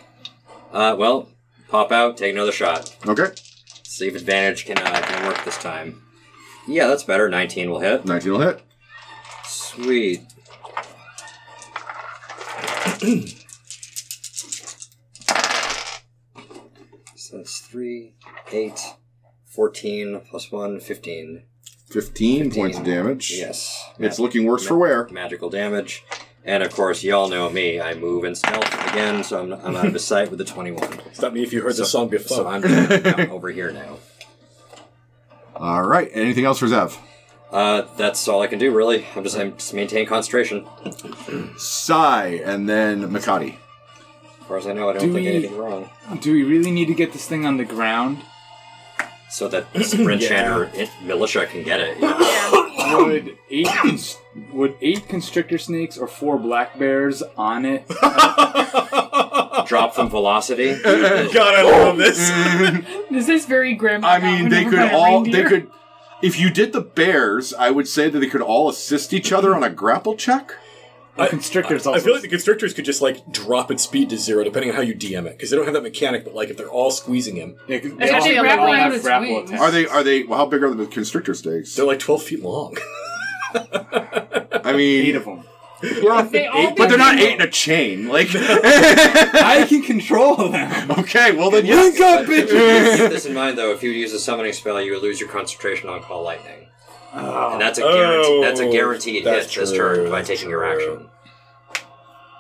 C: Uh, well, pop out. Take another shot.
B: Okay,
C: See if advantage can uh, can work this time. Yeah, that's better. Nineteen will hit.
B: 19 will hit.
C: Sweet. *clears throat* so that's 3, 8, 14, plus 1, 15.
B: 15, points of damage.
C: Yes.
B: It's
C: Ma-
B: looking worse for wear.
C: Magical damage. And of course, y'all know me. I move and stealth again, so I'm, I'm
B: *laughs*
C: out of his sight with the 21.
A: Stop me if you heard this song before.
C: So I'm I'm over here now.
B: All right, anything else for Zev?
C: Uh, that's all I can do, really. I'm just, I'm just maintain concentration.
B: Sai, and then Makati.
C: As far as I know, I don't
F: Do
C: think
F: we-
C: anything wrong.
F: Do we really need to get this thing on the ground?
C: So that
A: *laughs*
C: Sprint Chander it- militia can get it. yeah.
F: Would eight cons- would eight constrictor snakes or four black bears on it? Uh,
C: drop from velocity.
A: *laughs* God, I love this.
B: *laughs*
D: This is very grim.
B: *laughs* I mean, they could all. They could. If you did the bears, I would say that they could all assist each other on a grapple check.
A: I-
F: constrictors also.
A: I feel like the constrictors could just like drop its speed to zero, depending on how you DM it, because they don't have that mechanic. But like, if they're all squeezing him,
F: Yeah, 'cause
D: Especially
F: they all, they all
D: grappling
F: have
D: with its
F: grapple
D: wings.
F: attacks.
B: Are they? Are they? Well, how big are the constrictor stakes?
A: they're like twelve feet long.
B: I
F: eight
B: mean,
F: of them?
B: yeah,
D: they all
B: but they're not
D: became-
B: eight in a chain. Like, *laughs*
F: I can control them.
B: okay, well then, yes.
C: But *laughs* Keep this in mind, though. If you use a summoning spell, you would lose your concentration on call lightning, and that's a guarantee. that's a guaranteed
A: Oh, that's
C: hit this
A: true,
C: turn by
A: that's
C: taking your
A: true.
C: action.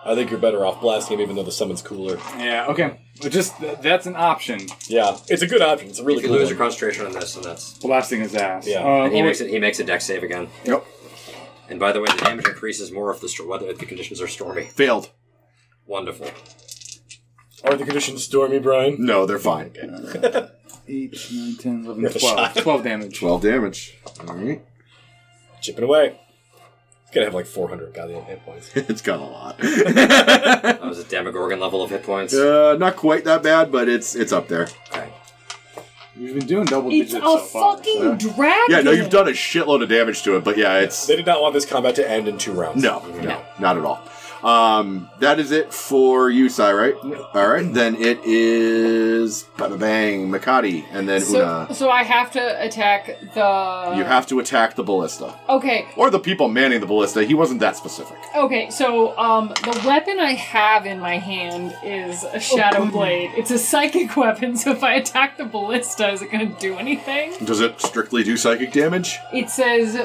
A: I think you're better off blasting him, even though the summon's cooler.
F: Yeah, okay. But just th- that's an option.
A: Yeah, it's a good option. It's a really
C: If you
A: good
C: lose your
A: one.
C: concentration on this, and that's
F: Blasting his ass.
A: Yeah.
F: Uh,
C: and he
F: oh,
C: makes
F: wait.
C: it. He makes a deck save again.
B: Yep.
C: And by the way, the damage increases more if the sto- whether if the conditions are stormy.
B: Failed.
C: Wonderful.
A: Are the conditions stormy, Brian?
B: No, they're fine.
F: Eight, nine, 10, 11,
A: With a
F: 12.
A: shot.
F: 12 damage.
B: 12 damage. All right.
A: Chipping away. It's gonna have like 400 goddamn hit
B: *laughs*
A: points.
B: *laughs* It's got a lot. *laughs*
C: That was a Demogorgon level of hit points.
B: Uh, not quite that bad, but it's it's up there.
C: Okay.
F: We've been doing double
D: *laughs* It's
F: digits
D: a
F: so far.
D: fucking
F: so-
D: dragon.
B: Yeah, no, you've done a shitload of damage to it, but yeah, it's
A: they did not want this combat to end in two rounds. Mm-hmm.
B: no, no, not at all. Um, that is it for you, Sai, right? All right, then it is bada bang, Makati, and then
D: So,
B: Una.
D: so I have to attack the.
B: You have to attack the ballista
D: Okay,
B: or the people manning the ballista. He wasn't that specific.
D: okay. So, um, the weapon I have in my hand is
B: Oh,
D: a shadow blade. It's a psychic *laughs* weapon. So if I attack the ballista, is it going to do anything?
B: Does it strictly do psychic damage?
D: It says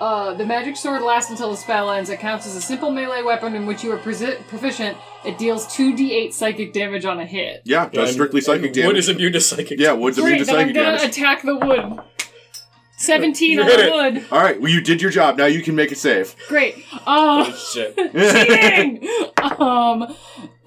D: uh, the magic sword lasts until the spell ends. It counts as a simple melee weapon in which you are presi- proficient. It deals 2d8 psychic damage on a hit.
B: Yeah, it does
A: And-
B: strictly psychic
A: and
B: damage.
A: Wood is immune to psychic.
B: yeah, wood's immune to
D: Great, then I'm
B: psychic
D: gonna
B: damage.
D: attack the wood. 17
A: You
D: on
A: hit
D: the
A: it.
D: wood.
B: all right, well, you did your job. Now you can make it safe.
D: Great.
B: *laughs*
D: Uh,
A: Shit.
D: cheating! um,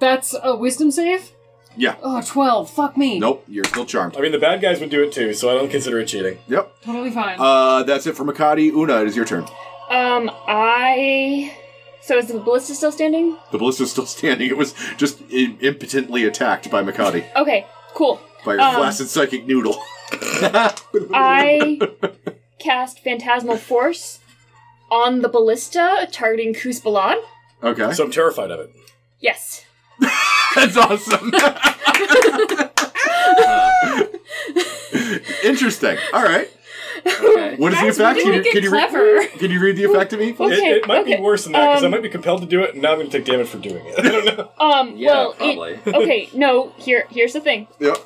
D: that's a wisdom save?
B: Yeah.
D: Oh, 12. Fuck me.
B: *laughs* Nope, you're still charmed.
A: I mean, the bad guys would do it too, so I don't consider it cheating.
B: Yep.
D: Totally fine.
B: Uh, that's it for Makati. Una, it is your turn.
E: Um, I. So is the ballista still standing?
B: The ballista's still *laughs* standing. It was just i- impotently attacked by Makati
E: Okay, cool.
B: by a
E: Um.
B: flaccid
D: *laughs*
B: psychic noodle.
E: I cast Phantasmal Force on the ballista, targeting Kuzbalad.
B: Okay,
A: So I'm terrified of it.
E: Yes.
B: that's awesome. *laughs* Interesting. All right.
C: Okay.
B: What is
D: Guys,
B: the
D: why didn't
B: effect? Can
D: we
B: you,
D: get
B: can, you
D: clever?
B: read, can you read the effect to
D: *laughs*
B: me?
A: It,
E: Okay,
A: it might be
E: okay.
A: worse than that because
E: Um,
A: I might be compelled to do it, and now I'm going to take damage for doing it. *laughs* I don't know.
E: Um,
C: Yeah,
E: well, it-
C: probably.
E: okay, no, here, here's the thing.
B: Yep.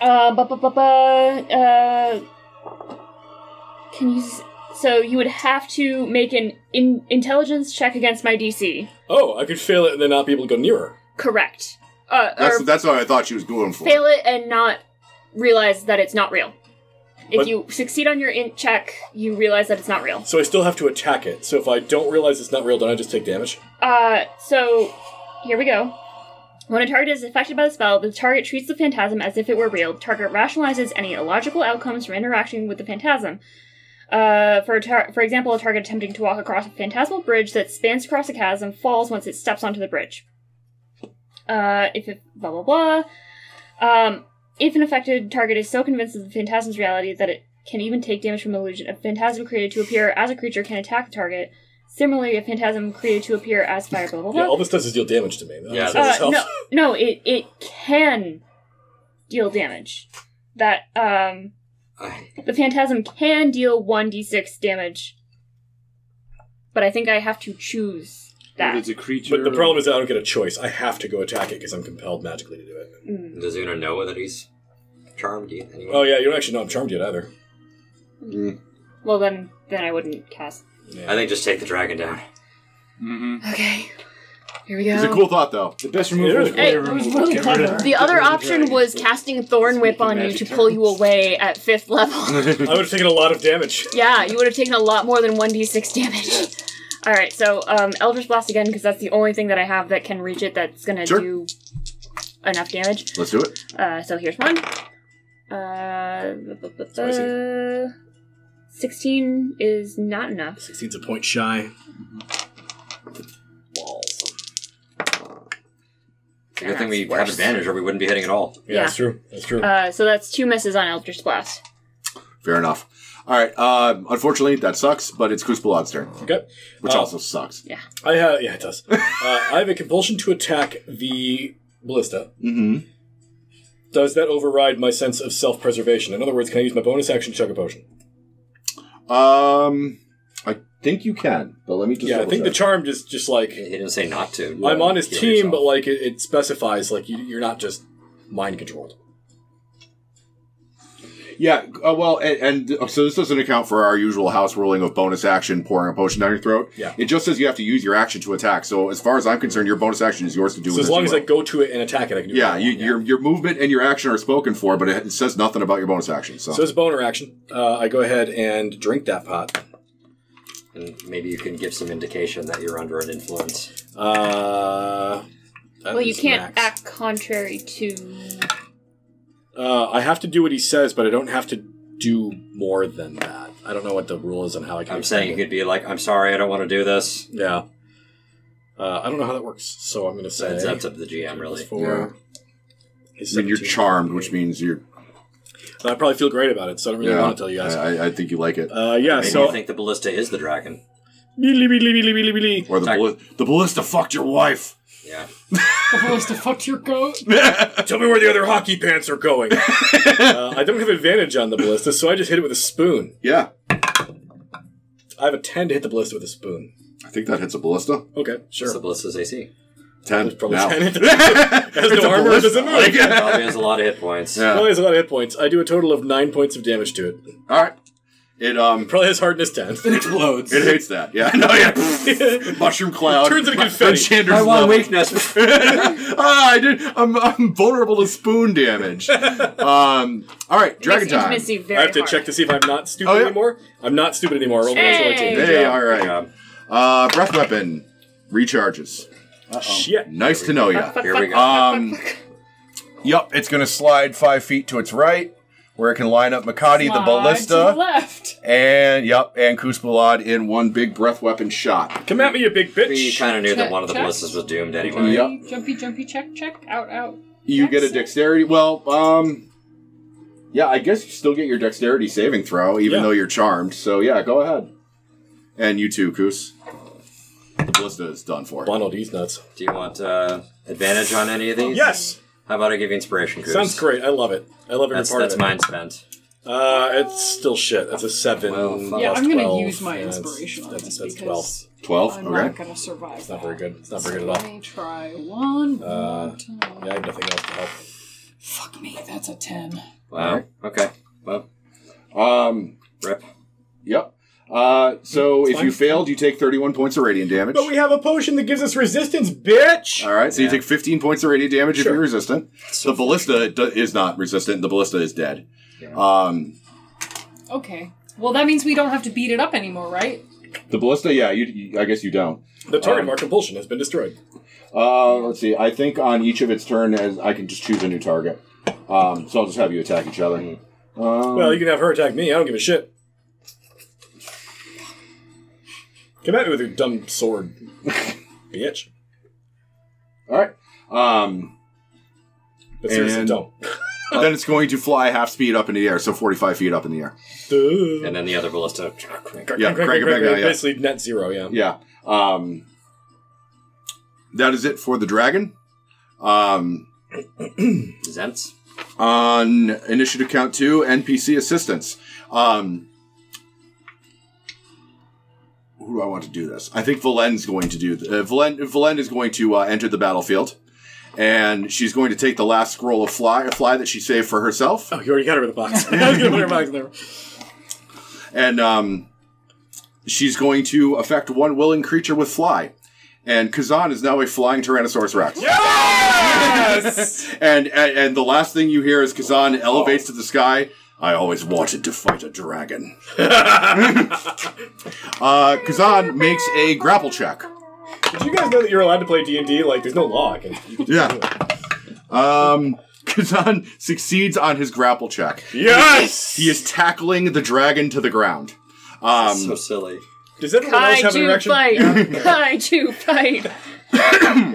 E: Uh, bu- bu- bu- bu- uh, can you? S- so you would have to make an in- intelligence check against my DC.
A: Oh, I could fail it and then not be able to go nearer.
E: Correct. Uh,
B: That's
E: or
B: that's what I thought she was going for.
E: fail it and not realize that it's not real. If
A: But-
E: you succeed on your int check, you realize that it's not real.
A: So I still have to attack it. So if I don't realize it's not real, don't I just take damage?
E: Uh, so here we go. When a target is affected by the spell, the target treats the phantasm as if it were real. The target rationalizes any illogical outcomes from interaction with the phantasm. Uh, for, tar- for example, a target attempting to walk across a phantasmal bridge that spans across a chasm falls once it steps onto the bridge. Uh, if it, blah blah blah. Um, if an affected target is so convinced of the phantasm's reality that it can even take damage from illusion, a phantasm created to appear as a creature can attack the target. Similarly, a phantasm created to appear as fire, blah blah blah.
A: Yeah, all this does is deal damage to me.
C: Yeah,
A: Obviously,
E: Uh,
A: this helps.
E: no, no, it it can deal damage. That um, the phantasm can deal one d six damage, but I think I have to choose
F: If
E: that.
F: it's a creature.
A: But the problem is I don't get a choice. I have to go attack it because I'm compelled magically to do it.
C: Does Una know that he's charmed? Do you- Anyone?
A: Oh yeah, you don't actually know I'm charmed yet either.
E: Well, then then I wouldn't cast.
C: I think just take the dragon down.
F: Mhm.
E: Okay, here we go.
B: It's a cool thought though.
F: The best removal is
A: Hey,
F: player
D: it was
F: removal.
D: really
F: Get
H: *laughs*
F: rid of-
D: clever.
H: The
F: get
H: other
F: rid of the
H: option
F: dragon.
H: was casting Thorn Whip
F: Speaking
H: on you
F: magic
H: to pull you
F: terms.
H: away at fifth
F: *laughs*
H: level.
A: I would have taken a lot of damage.
H: yeah, you would have taken a lot more than 1d6 damage.
E: All right, so um, Eldritch Blast again because that's the only thing that I have that can reach it. That's gonna
B: Sure.
E: do enough damage.
B: Let's do it.
E: Uh, so here's one. Uh, bu- bu- bu- sixteen is not enough.
A: 16's a point shy.
C: It's a good thing we have advantage, or we wouldn't be hitting at all.
A: Yeah,
E: Yeah.
A: that's true. That's true.
E: Uh, so that's two misses on Eldritch Blast.
B: Fair enough. All right. Um, unfortunately, that sucks, but it's Kuzbalad's turn,
A: okay.
B: which
A: Uh,
B: also sucks.
A: I have yeah, it *laughs* does. uh, I have a compulsion to attack the ballista.
B: Mm-hmm.
A: Does that override my sense of self-preservation? In other words, can I use my bonus action to chug a potion?
B: Um, I think you can, but let me just.
A: yeah, I
B: double
A: think the
B: check.
A: charmed is just like
C: He didn't say not to.
A: I'm on his
C: Heal
A: team,
C: yourself.
A: but like it, it specifies like you, you're not just mind controlled.
B: Yeah, uh, well, and, and so this doesn't account for our usual house ruling of bonus action pouring a potion down your throat.
A: Yeah.
B: It just says you have to use your action to attack. So as far as I'm concerned, your bonus action is yours to do.
A: So
B: with
A: as
B: this
A: long as I
B: will.
A: go to it and attack it, I can do
B: Yeah,
A: it.
B: you, your your movement and your action are spoken for, but it, it says nothing about your bonus action. So,
A: So it's a boner action. Uh, I go ahead and drink that pot.
C: And maybe you can give some indication that you're under an influence.
A: Uh, that
E: Well, you
A: is
E: can't
A: max.
E: act contrary to.
A: Uh, I have to do what he says, but I don't have to do more than that. I don't know what the rule is on how I can.
C: I'm saying you
A: extend it.
C: could be like, I'm sorry, I don't want to do this.
A: Yeah. Uh, I don't know how that works, so I'm going to say
C: That's up to the GM, really.
A: Four.
B: I mean, you're charmed, which means you're.
A: I probably feel great about it, so I don't really
B: yeah,
A: want to tell you guys.
B: I, I- I think you like it,
A: uh, yeah,
C: Maybe
A: so
C: you think the ballista is the dragon.
A: Beely, beely, beely, beely, beely.
B: or the
C: sorry.
B: balli- the ballista fucked your wife.
C: Yeah.
D: The ballista fucked your
B: *laughs*
D: goat.
A: Tell me where the other hockey pants are
C: *laughs*
A: going. uh, I don't have advantage on the ballista, so I just hit it with a spoon.
B: Yeah,
A: I have a ten to hit the ballista with a spoon.
B: I think that hits a ballista.
A: Okay, sure.
C: It's the ballista's AC.
A: *laughs*
B: Ten
A: It's probably
C: *laughs*
B: now.
A: 10 hit the
B: Has
A: no armor, it doesn't move.
C: Probably has a lot of hit points.
B: Yeah.
A: Probably has a lot of hit points. I do a total of nine points of damage to it.
B: *laughs* All right. It um.
A: Probably has hardness
C: *laughs*
A: ten.
F: Explodes.
B: It hates that. Yeah. *laughs* No.
A: *laughs*
B: Yeah. Mushroom cloud.
A: Turns into
B: Red-
A: confetti.
B: Red Chandra's
C: My one
B: level.
C: weakness.
B: *laughs*
A: *laughs*
B: ah, I did. I'm, I'm vulnerable to
A: *laughs*
B: spoon damage. Um. All right. Dragon
E: Makes
B: time.
E: intimacy very
A: I have to
E: hard.
A: check to see if I'm not stupid
B: Oh, yeah.
A: anymore. I'm not stupid anymore. Roll
E: Hey!
A: natural 18.
E: Good
B: Hey.
A: job.
B: All right. Uh, breath weapon recharges.
A: Shit.
B: Nice to know ya.
C: Here we go.
A: Uh,
B: Um.
G: Yep, it's going to slide five feet to its right, where it can line up Makati, the
D: Slide
G: ballista,
D: To the left.
G: and yep, and
B: Kuspalad in one big breath weapon shot.
A: Come at me, you big
C: we
A: bitch.
C: kind of knew that
D: Check,
C: one of the
D: check.
C: ballistas was doomed anyway.
D: Jumpy,
B: Yep.
D: jumpy, jumpy, check, check, out, out.
B: You get a dexterity. Well, um. Yeah, I guess you still get your dexterity saving throw, even
A: Yeah.
B: though you're charmed. So yeah, go ahead. And you too, Kus. The ballista is done for.
A: Bundle these nuts.
C: Do you want uh, advantage on any of these?
A: Yes.
C: How about I give you inspiration, Goose?
A: Sounds great. I love it. I love every
C: That's,
A: part
C: that's
A: of it.
C: mine spent.
A: Uh, it's still shit. That's a seven.
C: Well, fuck.
A: yeah,
D: Yeah,
C: Plus
D: I'm gonna
A: 12,
D: use my
A: yeah, that's-
D: inspiration on
A: that's-
D: this
A: that's
D: because
B: Twelve.
D: I'm
B: Okay.
D: not gonna survive.
A: It's not very good. It's not
D: So
A: very good
D: let
A: at all.
D: me try one
A: Uh,
D: more time.
A: Yeah, I have nothing else to help.
D: Fuck me, that's a ten.
C: Wow. Okay. Well,
B: Um.
C: rip.
B: Yep. Uh, so if
A: fine.
B: you failed, you take 31 points of radiant damage.
A: But we have a potion that gives us resistance, bitch!
B: All right, so you
C: Yeah.
B: take 15 points of radiant damage
A: Sure.
B: if you're resistant. the ballista do- is not resistant. The ballista is dead.
C: Yeah.
B: Um,
D: Okay. Well, that means we don't have to beat it up anymore, right?
B: the ballista, yeah, you, you, I guess you don't.
A: The target
B: Um,
A: of our compulsion has been destroyed.
B: Uh, let's see. I think on each of its turn, as I can just choose a new target. Um, so I'll just have you attack each other. Um,
A: Well, you can have her attack me. I don't give a shit. Come at me with your dumb sword, *laughs* bitch.
B: all right. Um,
A: But seriously,
B: And-
A: don't.
B: then it's going to fly half speed up in the air, so 45 feet up in the air.
A: Duh.
C: And then the other ballista.
B: yeah, crank it back down, yeah.
A: Basically, net zero, yeah.
B: yeah. Um, that is it for the dragon. Um,
C: Zents.
B: on initiative count two, NPC assistance. Um, who do I want to do this? I think Valen's going to do. Th- uh, Valen, Valen is going to uh, enter the battlefield, and she's going to take the last scroll of fly, fly that she saved for herself,
A: Oh, you already got her in the box. I was gonna put her in the box there.
B: and um, she's going to affect one willing creature with fly. And Kazan is now a flying Tyrannosaurus Rex. and, and and the last thing you hear is Kazan elevates to the sky. I always wanted to fight a dragon. uh, Kazan makes a grapple check.
A: Did you guys know that you're allowed to play D and D? Like, there's no law. against- You can just
B: Yeah.
A: do it.
B: Um, Kazan succeeds on his grapple check.
A: Yes.
B: He is tackling the dragon to the ground. Um,
C: so silly.
A: Does everyone else have an
H: Kaiju
A: erection? *laughs*
H: fight! Kaiju fight!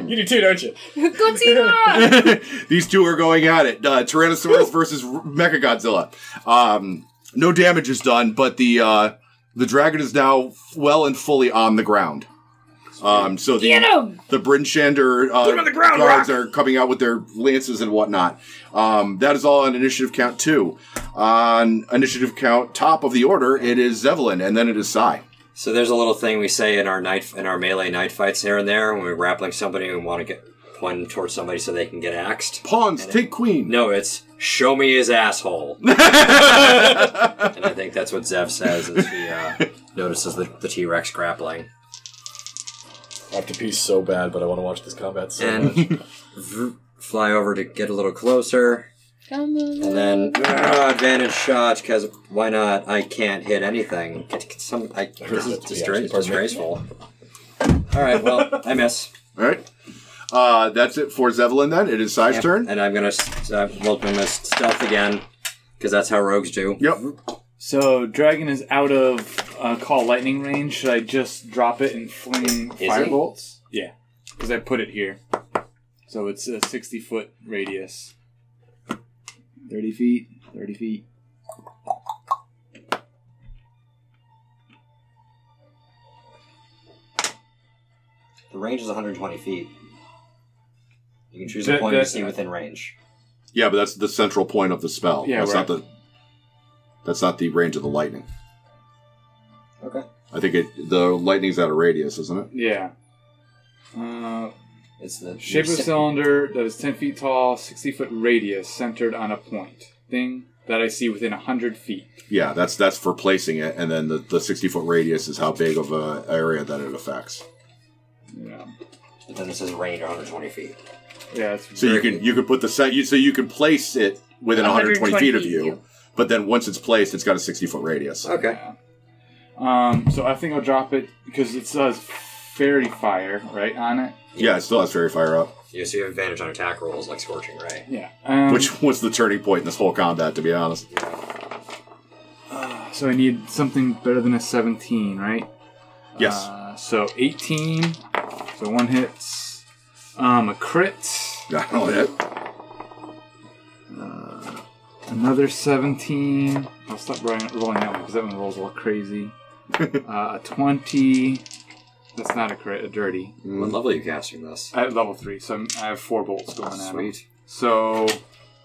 A: You do too, don't you? *laughs*
D: Godzilla!
B: *laughs* these two are going at it. Uh, Tyrannosaurus versus Mechagodzilla. Um, no damage is done, but the uh, the dragon is now well and fully on the ground. Um, so the
D: Get him!
B: the Brinshander uh, guards are coming out with their lances and whatnot. Um, that is all on initiative count two. On initiative count top of the order, it is Zevelin, and then it is Sai.
C: So there's a little thing we say in our night in our melee night fights here and there when we're grappling somebody and we want to get point him towards somebody so they can get axed.
B: Pawns, take queen.
C: No, it's show me his asshole. and I think that's what Zev says as he uh, notices the, the T Rex grappling.
A: I have to pee so bad, but I want to watch this combat so
C: And
F: *laughs*
A: much.
C: v- fly over to get a little closer. And then ah, advantage shot because why not? I can't hit anything. Get- get Some I, this is
A: that's the action,
C: distra-
A: pardon me.
C: disgraceful. All right, well I miss.
B: All right. Uh, that's it for Zevelin then. It is Sai's turn.
C: And I'm gonna uh, well, I'm gonna stealth again because that's how rogues do.
B: Yep.
F: So dragon is out of uh, call lightning range. Should I just drop it and fling
C: he?
F: firebolts? Yeah, because I put it here. So it's a sixty foot radius. Thirty feet. Thirty feet.
C: The range is 120 feet. You can choose
F: That-
C: a point you
F: that-
C: see within range.
B: Yeah, but that's the central point of the spell.
F: Yeah,
B: that's not
F: right.
B: the That's not the range of the lightning.
C: Okay.
B: I think it the lightning's out of radius, isn't it?
F: Yeah. Uh,
C: It's the
F: shape of
C: your-
F: cylinder that is ten feet tall, sixty foot radius, centered on a point thing that I see within hundred feet.
B: Yeah, that's that's for placing it, and then the, the sixty foot radius is how big of a area that it affects.
F: Yeah.
C: But then it says range 120 feet.
F: Yeah. It's
B: So you can you can put the set you so you can place it within 120, feet of you, but then once it's placed, it's got a sixty foot radius.
C: Okay.
F: Um, so I think I'll drop it because it says fairy fire right on it.
B: Yeah, it still has fairy fire up,
C: You so you have advantage on attack rolls like scorching ray.
F: Yeah. Um,
B: which *laughs* was the turning point in this whole combat, to be honest.
F: Uh, So I need something better than a 17, right?
B: Yes.
F: Uh, so 18. So one hits. Um, a crit.
B: That'll hit.
F: Another 17. I'll stop rolling rolling that one because that one rolls all crazy. uh, a 20. That's not a crit, a dirty.
C: What level are you casting this?
F: At level 3, so I'm, I have four bolts going at him.
C: Sweet.
F: So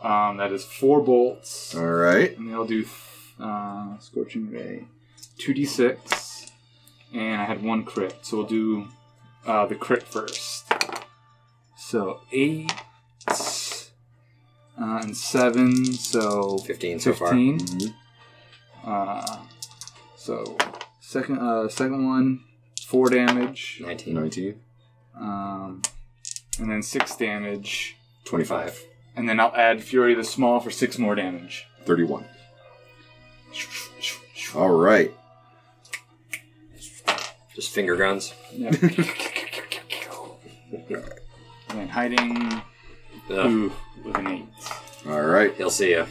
F: um, that is four bolts.
B: All right.
F: and they'll do uh, scorching ray, two d six, and I had one crit, so we'll do uh, the crit first. So eight uh, and seven, so
C: 15 so far.
F: 15. Uh, so second uh, second one, four damage,
C: 19.
B: 19,
F: um, and then six damage,
B: 25,
F: and then I'll add fury of the small for six more damage.
B: 31. All right.
C: Just finger guns.
F: Yeah. and hiding
C: Ugh,
A: Hmm.
F: Ooh, with an eight.
B: All right.
C: He'll see you.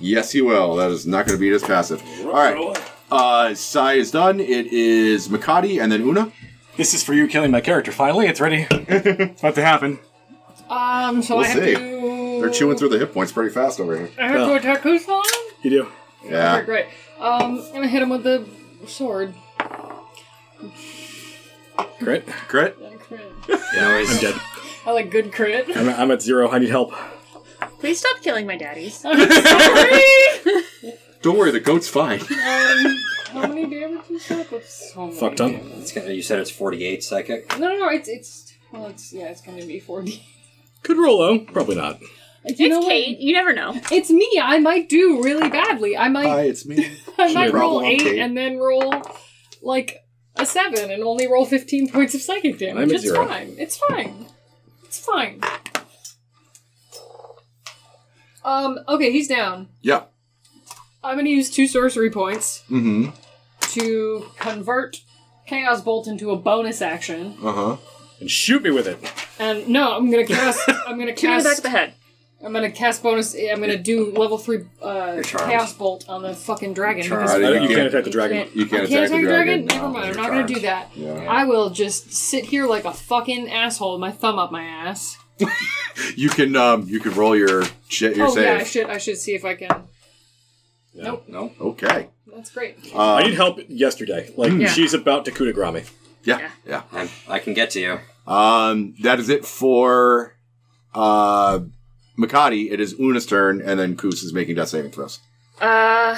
B: Yes, he will. That is not going to beat his passive. All right. Uh, Sai is done. It is Makati and then Una.
A: This is for you killing my character. Finally, it's
F: *laughs*
A: ready.
F: About to happen.
D: Um, so
B: We'll
D: I have
B: see.
D: to. Do...
B: They're chewing through the hit points pretty fast over here.
D: I have to
A: Yeah.
D: attack who's falling?
A: You do.
B: Yeah.
D: Okay, great. Um, I'm gonna hit him with the sword.
A: Crit.
B: Crit.
D: Yeah, crit.
C: You know, he's-
A: I'm dead.
D: I like good crit. *laughs*
A: I'm, I'm at zero. I need help.
E: Please stop killing my daddies.
B: Don't worry, the goat's fine.
D: Um, how many damage is that? That's so many.
A: Fucked up.
D: damage.
C: it's gonna- you said it's 48 psychic.
D: No, no, no. It's it's well, it's yeah, it's gonna be forty.
A: Could roll low. Probably not.
D: *laughs* You know
E: it's
D: what?
E: Kate. You never know.
D: It's me. I might do really badly. I might
B: *laughs* Hi, it's me.
D: I might roll
B: Problem,
D: eight
B: Kate.
D: and then roll like a seven and only roll fifteen *laughs* points of psychic damage.
A: I'm at
D: it's
A: zero.
D: fine. It's fine. It's fine. Um. Okay, he's down.
B: Yeah.
D: I'm gonna use two sorcery points
B: Mm
D: to convert Chaos Bolt into a bonus action.
B: hmm. Uh huh.
A: And shoot me with it.
D: And no, I'm gonna cast. I'm gonna
E: Two in the back of
D: cast.
E: the head.
D: I'm gonna cast bonus. I'm gonna do level three uh,
C: Your charms.
D: Chaos Bolt on the fucking dragon.
C: Your
D: because
B: charms.
A: I don't- you
B: Yeah.
A: can't attack the dragon.
B: You can't
D: I
B: attack the dragon.
D: Never mind. I'm
C: you're
D: not going
C: charmed.
D: to do that.
B: Yeah.
D: I will just sit here like a fucking asshole with my thumb up my ass.
B: You can um you can roll your shit your
D: oh yeah, I
B: save.
D: should I should see if I can.
C: No?
B: okay.
D: That's great.
A: I
B: Um,
A: need help yesterday. Like
E: Yeah.
A: she's about to coup de grace me.
B: yeah. Yeah.
C: I, I can get to you.
B: Um, that is it for uh, Makati. It is Una's turn, and then Koos is making death saving throws.
E: Uh.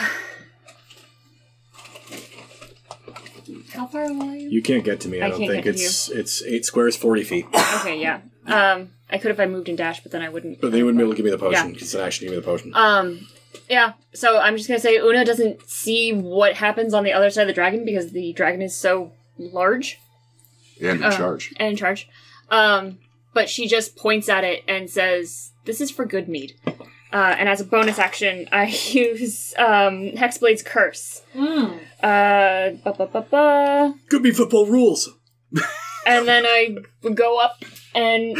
D: How far away?
A: You can't get to me. I,
E: I
A: don't
E: can't
A: think
E: get to
A: it's it's eight squares, forty feet.
E: Okay, yeah. Um, I could if I moved in dash, but then I wouldn't.
A: But they wouldn't be able to give me the potion
E: Yeah.
A: because an action to give me the potion.
E: Um, yeah. So I'm just gonna say Una doesn't see what happens on the other side of the dragon because the dragon is so large
B: And in
E: Uh,
B: charge.
E: and in charge. Um, but she just points at it and says, "This is for good mead." Uh, and as a bonus action, I *laughs* use um, Hexblade's curse.
D: Mm.
E: Uh, ba ba ba ba.
A: Could be football rules.
E: and then I go up and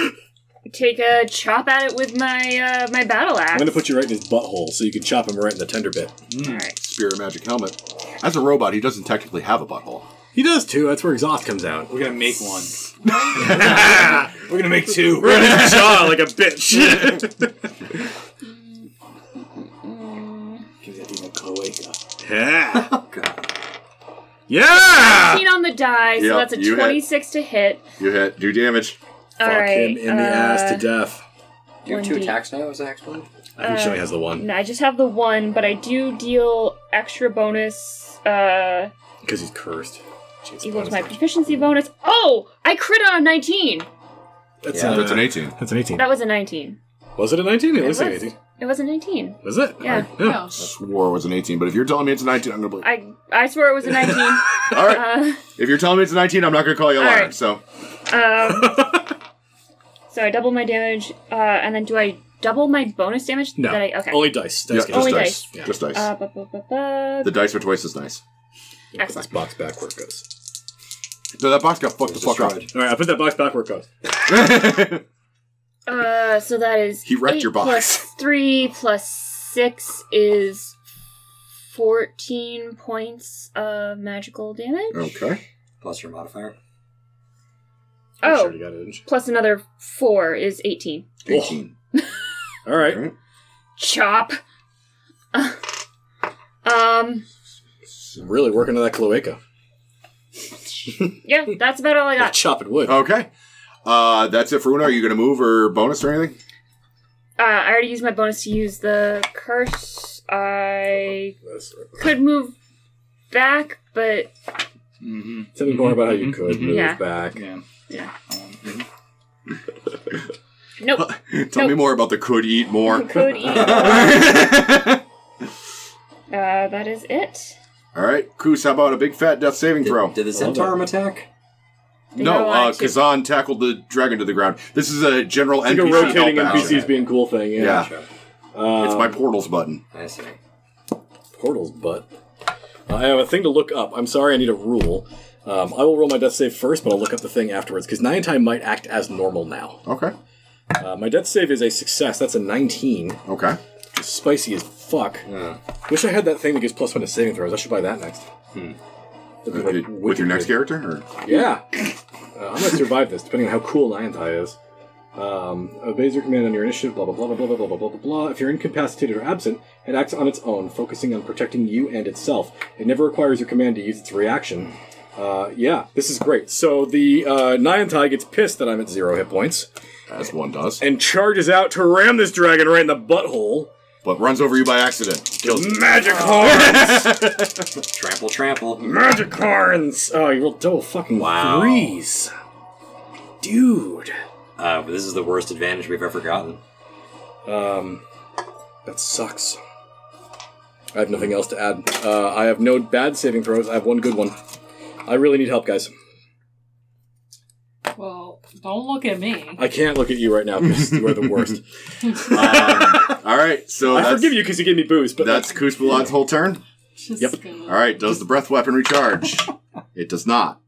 E: take a chop at it with my uh, my battle axe.
A: I'm gonna put you right in his butthole so you can chop him right in the tender bit.
E: All right.
B: Spear of magic helmet. As a robot, he doesn't technically have a
A: *laughs*
B: butthole.
A: He does too. That's where exhaust comes out.
F: We're gonna make one.
A: We're gonna make two. We're gonna jaw like a bitch.
E: Mm.
F: Give that thing a cloaca.
A: yeah. Yeah.
E: 18 on the die, so
B: Yep,
E: that's
B: you
E: a
B: hit.
E: 26 to hit.
B: *laughs* You hit, do damage.
E: All
A: Fuck
E: right.
A: him
E: uh,
A: in the ass to death.
C: You have two
E: 1D.
C: attacks now as a hexblade?
A: I think she
E: uh,
A: only has the one
E: No, I just have the one, but I do deal extra bonus uh,
A: because he's cursed. Jeez,
E: equal to
A: bonus
E: my
A: action.
E: proficiency bonus. Oh, I crit on a 19.
A: That's,
C: Yeah,
A: a-
B: That's an 18.
A: That's an 18.
E: That was a 19.
A: Was it a 19? It
E: It
A: looks like
E: was.
A: 18.
E: It was a 19.
A: Was it?
E: Yeah.
D: No.
B: Swore it was an 18, but if you're telling me it's a 19, I'm going to believe
E: I I swear it was a 19.
A: *laughs*
B: All right.
E: uh,
B: If you're telling me it's a 19, I'm not going to call you a
E: All
B: liar.
E: right.
B: So,
E: um, so I double my damage, uh, and then do I double my bonus damage?
A: No.
E: That I, okay.
A: Only dice. dice
B: yeah,
A: game.
B: just
E: Only
B: dice.
E: dice.
A: Yeah.
B: Just dice.
E: uh, ba- ba- ba- ba-
B: the dice are twice as nice.
A: Put this
E: Excellent.
A: box back where it goes.
B: No, that box got fucked the fuck up.
A: All right, I put that box back where it goes.
E: Uh, so that is
B: He wrecked
E: eight
B: your box.
E: Plus three plus six is fourteen points of magical
B: *laughs*
E: damage.
B: okay.
C: Plus your modifier.
A: I'm
E: Oh,
A: sure you got it. didn't you?
E: plus another four is eighteen.
A: Oh.
B: 18.
A: All right.
B: All right.
E: Chop. *laughs* um.
A: Really working on that cloaca.
E: Yeah, that's about all I
A: Like
E: got.
A: chopping wood.
B: Okay. Uh, that's it for Una. Are you going to move or bonus or anything? *laughs*
E: Uh, I already used my bonus to use the curse. I could move back, but
F: Mm-hmm.
A: Tell me more about how you could move
E: Yeah.
A: back.
F: Yeah.
E: yeah,
F: Um,
E: nope.
B: Tell me
E: Nope.
B: more about the could eat more.
E: could
B: *laughs*
E: eat. Uh,
B: All
E: that is it.
B: right. Koos, how about a big fat death saving
C: Did,
B: throw?
C: did the centaur attack?
B: No,
E: I
B: uh,
E: too.
B: Kazan tackled the dragon to the ground. This is a general
A: It's like
B: NPC
A: a rotating
B: help action.
A: NPCs being cool thing. Yeah.
B: Yeah.
C: Sure.
A: Uh,
B: It's my
C: Um,
B: portals button.
C: I see.
A: portal's butt. Uh, I have a thing to look up. I'm sorry, I need a rule. Um, I will roll my death save first, but I'll look up the thing afterwards because nine time might act as normal now.
B: Okay.
A: Uh, my death save is a success. That's a 19.
B: Okay.
A: It's spicy as fuck.
C: Yeah.
A: Wish I had that thing that gives plus one to saving throws. I should buy that next. That'd be,
B: Uh,
A: like,
B: it- with
A: wicked
B: your next
A: good.
B: character? Or?
A: Yeah. Uh, I'm going to survive this, depending on how cool Niantai is. Um, obeys your command on your initiative, blah, blah, blah, blah, blah, blah, blah, blah, blah, blah. If you're incapacitated or absent, it acts on its own, focusing on protecting you and itself. It never requires your command to use its reaction. Uh, yeah, this is great. So the uh, Niantai gets pissed that I'm at zero hit points
B: As one does.
A: and charges out to ram this dragon right in the butthole.
B: But runs over you by accident.
C: *laughs* Um,
A: Magic horns! *laughs*
C: Trample, trample.
A: Magic horns! Oh, you rolled double fucking
C: Wow.
A: threes. Dude.
C: Uh, but this is the worst advantage we've ever gotten.
A: Um, that sucks. I have nothing else to add. Uh, I have no bad saving throws. I have one good one. I really need help, guys.
D: Well, don't look at me.
A: I can't look at you right now because you *laughs* are the worst.
B: All right. So
A: I
B: that's,
A: forgive you because you gave me booze, but
B: That's Koos Balad's whole turn.
D: Just
A: Yep.
D: gonna-
B: All right. Does the breath
C: *laughs*
B: weapon recharge? it does not.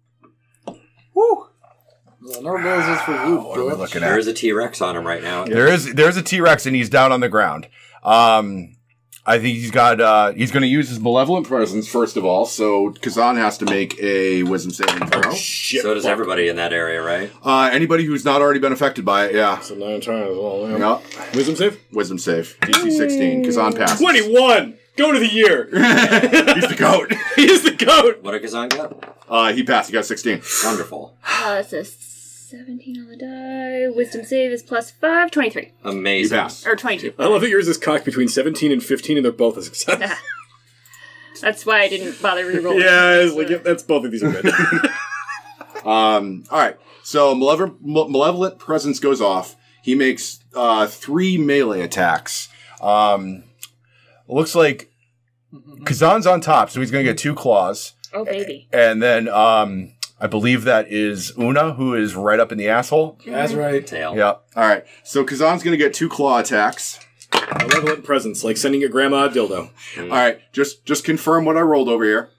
G: What are we looking
C: There
G: at?
C: is a T Rex on him right now.
G: There is there's a T Rex and he's down on the ground. Um, I think he's got uh, he's going to use his malevolent.
B: Presence, first of all. So Kazan has to make a wisdom saving throw.
A: oh, shit.
C: so does
A: fuck.
C: everybody in that area, right?
B: Uh, anybody who's not already been affected by it, yeah.
A: So nine times. Well, yeah.
B: Yep.
A: Wisdom save.
B: Wisdom save. DC 16. Kazan passes.
A: Twenty-one. Go to the year.
B: *laughs* He's the goat.
A: *laughs* he is the goat.
C: What did Kazan get?
B: Uh, he passed. He got 16.
C: Wonderful.
E: Uh, it's a 17 on the die. Wisdom save is plus 5, 23.
B: He
C: Amazing.
B: passed.
E: Or 22.
A: *laughs* I love that yours is cocked between seventeen and fifteen, and they're both a success.
E: That's why I didn't bother rerolling.
A: Yeah, it's like, yeah, that's both of these are *laughs* good.
B: Um, all right. So malevolent, ma- malevolent presence goes off. He makes uh, three melee attacks. Um,
G: Looks like Kazan's on top, so he's going to get two claws.
E: *laughs* Oh baby.
G: And then um, I believe that is Una, who is right up in the asshole.
A: That's right.
C: Tail.
G: Yeah.
B: all right. So Kazan's going to get two claw attacks.
A: Malevolent presence, like sending your grandma a dildo.
B: All right. Just just confirm what I rolled over here.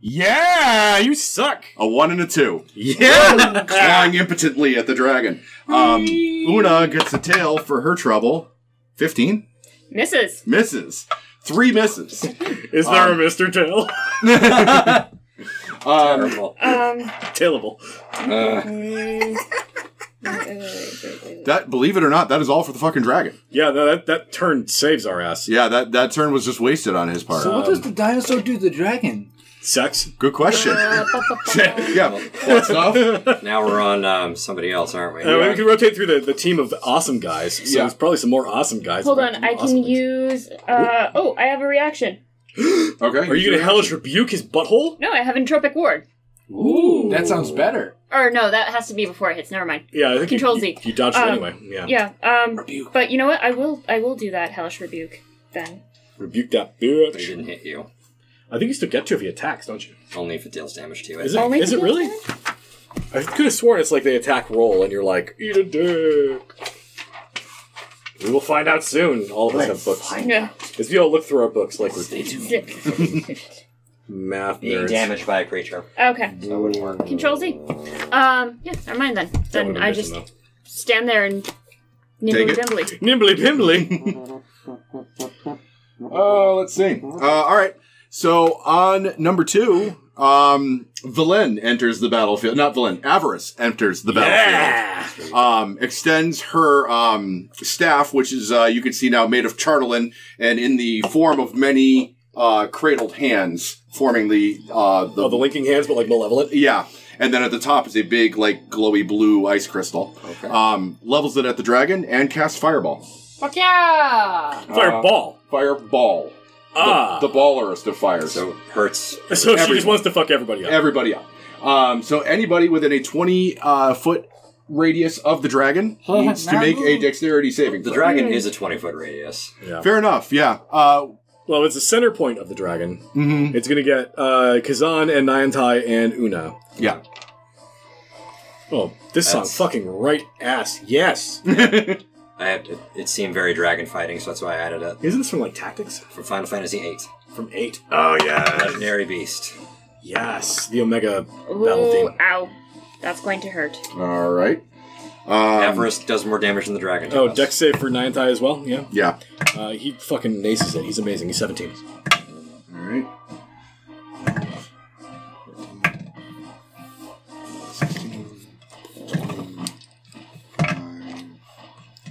A: Yeah, you suck.
B: A one and a two.
A: *laughs* Yeah.
B: Clawing impotently at the dragon. Um, Una gets a tail for her trouble. 15
E: Misses.
B: misses. Three misses.
A: Is there a Mr. Tail? *laughs*
B: Um,
C: Terrible.
E: Um.
A: Tailable.
B: that, believe it or not, that is all for the fucking dragon.
A: Yeah, no, that, that turn saves our ass.
B: Yeah, that, that turn was just wasted on his part.
F: So what does the dinosaur do to the dragon?
A: Sex.
B: Good question. yeah, that's enough.
C: Now we're on um, somebody else, aren't we?
A: Uh, We can rotate through the, the team of awesome guys. So
B: Yeah.
A: there's probably some more awesome guys.
E: Hold
A: that
E: on.
A: do
E: I
A: awesome
E: can
A: things.
E: use. Uh. Oh, I have a reaction.
B: Okay.
A: Are you gonna hellish rebuke his butthole?
E: No, I have entropic ward.
A: Ooh,
F: That sounds better.
E: Or no, that has to be before it hits. Never mind.
A: Yeah, I think you-
E: Control
A: you,
E: Z.
A: You dodged it
E: Um,
A: anyway. Yeah.
E: Yeah. Um.
F: Rebuke.
E: But you know what? I will. I will do that hellish rebuke then.
A: Rebuke that
C: But
A: bitch.
C: it didn't hit you.
A: I think you still get to if he attacks, don't you?
C: Only if it deals damage to you.
A: Is it,
E: Only if
A: is
E: he
A: it really? I could have sworn it's like they attack roll and you're like, eat a dick. We will find out soon. All of us have books.
E: *laughs* Yeah.
A: If you all look through our books, like we're math
C: Being
A: nerds.
C: damaged by a creature.
E: Okay.
C: That would work.
E: Control Z. Um. Yeah. Never mind then.
A: That would've
E: Then
A: been
E: I
A: good to
E: just
A: know.
E: stand there and nimbly
B: Take it.
E: dimbly.
A: Nimbly pimbly.
B: Uh, let's see. Uh, all right. So on number two, um, Valen enters the battlefield. Not Valen. Avarice enters the battlefield. Um, extends her um, staff, which is uh, you can see now made of chartolin, and in the form of many uh, cradled hands, forming the uh,
A: *laughs* oh, the linking hands, but like malevolent.
B: Yeah. And then at the top is a big, like, glowy blue ice crystal.
C: Okay.
B: Um, levels it at the dragon and casts Fireball.
D: Fuck yeah!
A: Fireball.
B: Fireball. The-
A: ah.
B: The, ballerist of fires.
C: So hurts.
A: so she just
B: everyone.
A: wants to fuck everybody up.
B: Everybody up. Um, so anybody within a 20 uh, foot radius of the dragon
F: Huh,
B: needs to make a
F: Nabu.
B: dexterity saving.
C: The
B: throw.
C: dragon is a 20 foot radius.
A: yeah.
B: Fair enough, yeah. Uh,
A: Well, it's the center point of the dragon.
B: mhm,
A: It's gonna get uh, Kazan and Niantai and Una.
B: Yeah.
A: Oh, this
C: That's-
A: sounds fucking right ass. *laughs* Yes.
C: I have to, it seemed very dragon fighting, so that's why I added it
A: Isn't this from like tactics?
C: from Final Fantasy VIII.
A: From eight. Oh yeah.
C: Legendary beast.
A: Yes, the Omega battle
E: Ooh.
A: theme.
E: Ow. That's going to hurt.
B: All right. Um,
C: Avarice does more damage than the dragon.
A: Oh,
C: does.
A: Dex save for Niantai as well. Yeah.
B: yeah.
A: Uh, he fucking naces it. He's amazing. He's 17.
B: All right. 16,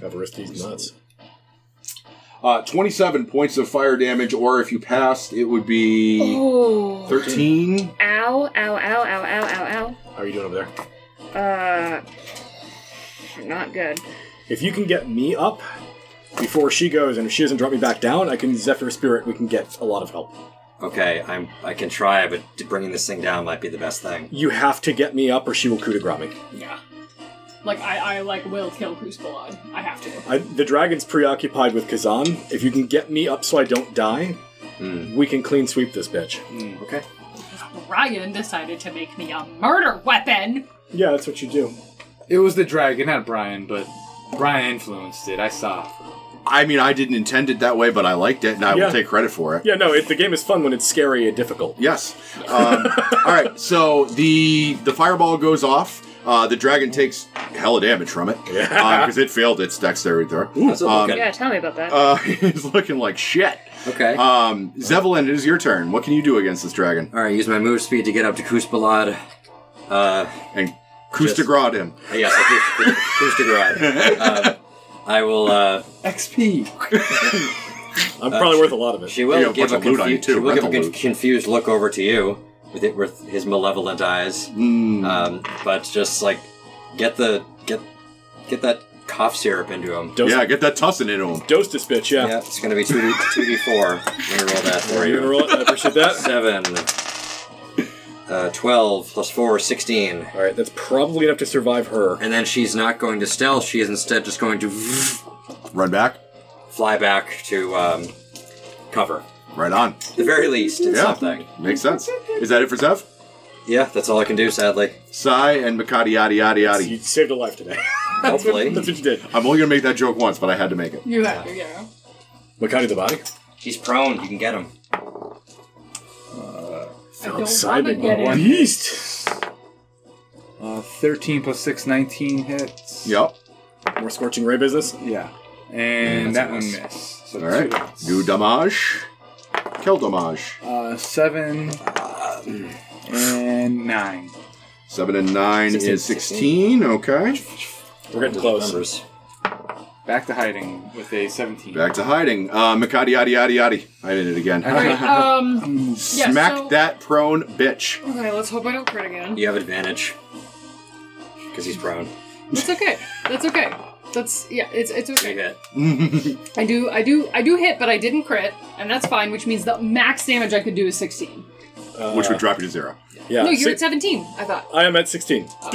A: Evaristi's nuts.
B: Uh, 27 points of fire damage, or if you passed, it would be
E: Oh.
B: 13.
E: Ow, ow, ow, ow, ow,
A: How are you doing over there?
E: ow, ow. Uh, not good.
A: If you can get me up before she goes, and if she doesn't drop me back down, I can Zephyr Spirit. We can get a lot of help.
C: Okay, I'm. I can try, but bringing this thing down might be the best thing.
A: You have to get me up, or she will coup de grace me.
D: Yeah. Like I, I like will kill Crucible. I have to.
A: I, the dragon's preoccupied with Kazan. If you can get me up so I don't die,
C: Hmm.
A: we can clean sweep this bitch.
C: Okay.
D: Brian decided to make me a murder weapon.
A: Yeah, that's what you do.
F: It was the dragon, not Brian, but Brian influenced it. I saw.
B: I mean, I didn't intend it that way, but I liked it, and I
A: Yeah.
B: will take credit for it.
A: Yeah, no, it, the game is fun when it's scary and difficult.
B: Yes. Um, *laughs* all right. So the the fireball goes off. Uh, the dragon takes hella damage from it because it failed its dexterity throw.
C: That's a-
B: Um,
C: okay.
E: Yeah, tell me about that.
B: Uh, *laughs* it's looking like shit.
C: Okay.
B: Um, Zevelin, it is your turn. What can you do against this dragon?
C: All right. Use my move speed to get up to Kuzbalad. Uh,
B: And Kustagrad him.
C: yes,
B: *laughs*
C: Kuzbalad. Um, I will. Uh,
F: XP.
A: I'm probably worth a lot of it.
C: she will
B: Yeah,
C: give a,
B: what's a loot on you,
C: confu-
B: too?
C: she will give a
B: Rental
C: con-
B: loot.
C: confused look over to you with it with his malevolent
B: Hmm.
C: uh, eyes. Um, but just like get the get get that cough syrup into him.
A: Dose,
B: Yeah, get that tussin into him.
A: dose this bitch, yeah.
C: Yeah, it's gonna be two D two D four. I'm gonna roll that for
A: Are you gonna
C: you.
A: roll it? I appreciate that.
C: Seven. Uh, 12 plus 4 is 16.
A: All right, that's probably enough to survive her.
C: And then she's not going to stealth. She is instead just going to
B: Run back.
C: fly back to um, cover.
B: Right on.
C: The very least, it's
B: Yeah.
C: something.
B: Makes sense. Is that it for Zev?
C: Yeah, that's all I can do, sadly.
B: Sai and Makati yadi yadi
A: You
B: yadi.
A: saved a life today. *laughs* That's what-
C: Hopefully,
A: That's what you did.
B: I'm only gonna make that joke once, but I had to make it.
D: You have to, yeah.
A: Makati the body.
C: he's prone. You can get him.
D: I don't want to
A: Siding.
D: get in.
A: Beast.
F: Uh, 13 plus 6, 19 hits.
B: Yep.
A: More scorching ray business.
F: Yeah.
C: That's
F: And that
C: a
F: one
C: miss.
F: missed. So
B: All right.
F: two hits.
B: Do damage. Kill damage.
F: Uh, 7 and 9.
B: Seven and nine
C: Sixteen.
B: is sixteen. Okay.
A: We're getting close.
C: Numbers.
F: Back to hiding with a 17.
B: Back to hiding. Uh, Makati yadi yadi yadi. I did it again.
A: *laughs*
D: All
B: *laughs*
D: right, um, yeah,
B: Smack
D: so-
B: that prone bitch.
D: okay, let's hope I don't crit again.
C: You have advantage because he's prone.
D: That's okay. That's okay. That's yeah. It's it's
C: You
D: okay.
C: hit.
D: I do I do I do hit, but I didn't crit, and that's fine. Which means the max damage I could do is sixteen.
B: which would drop you to zero.
A: Yeah.
D: no, you're
A: si-
D: at seventeen. I thought,
A: I am at 16. *clears throat* so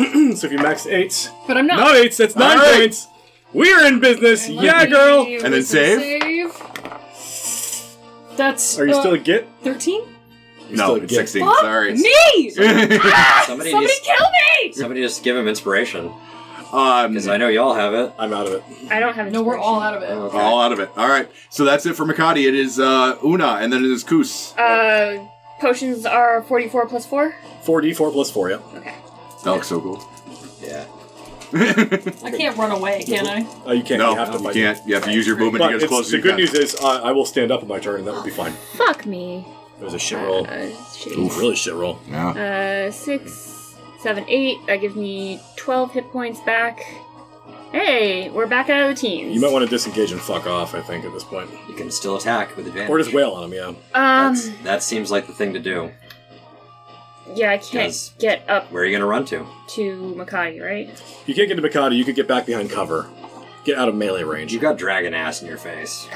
A: if you max eights,
D: but I'm not.
A: not eights, that's nine
B: All right.
A: points. We're in business.
D: Let
A: Yeah,
D: me
A: girl.
D: use
B: And then
D: the
B: save?
D: save. That's uh,
A: Are you still a git?
D: thirteen?
A: still a
B: No, it's
A: git.
B: 16.
D: Fuck
B: Sorry.
D: me!
C: Somebody,
D: Somebody
C: needs,
D: kill me!
C: somebody just give him inspiration
B: *laughs* um,
C: because I know y'all have it.
A: I'm out of it.
E: I don't have.
D: No, we're
E: inspiration.
D: all out of it.
C: Okay.
B: all out of it. All right. So that's it for Makati. It is uh, Una, and then it is Kus.
E: Uh, potions are forty-four plus four.
A: 4d4 plus 4, yeah.
E: Okay.
B: That looks so cool.
C: Yeah.
B: *laughs*
D: I can't run away, can I?
A: Uh, you can't.
B: no,
A: you have to
B: you
A: fight.
B: can't. You have to use your movement
A: But
B: to get as
A: it's-
B: close as
A: the
B: you
A: good
B: can.
A: news is uh, I will stand up on my turn, and that will be fine.
E: Fuck me.
A: It was a shit roll.
E: Uh,
A: It
E: shitty.
A: was really shit roll.
B: yeah.
E: Uh, six, seven, eight. That gives me twelve hit points back. Hey, we're back out of the teens.
A: You might want to disengage and fuck off. I think at this point,
C: You can still attack with advantage.
A: or just wail on him. Yeah.
E: um,
C: That's, that seems like the thing to do.
E: yeah, I can't
C: Yes.
E: get up
C: Where are you going to run to?
E: to Makati, right?
A: You can't get to Mikado. You could get back behind cover. Get out of melee range.
C: You got dragon ass in your face.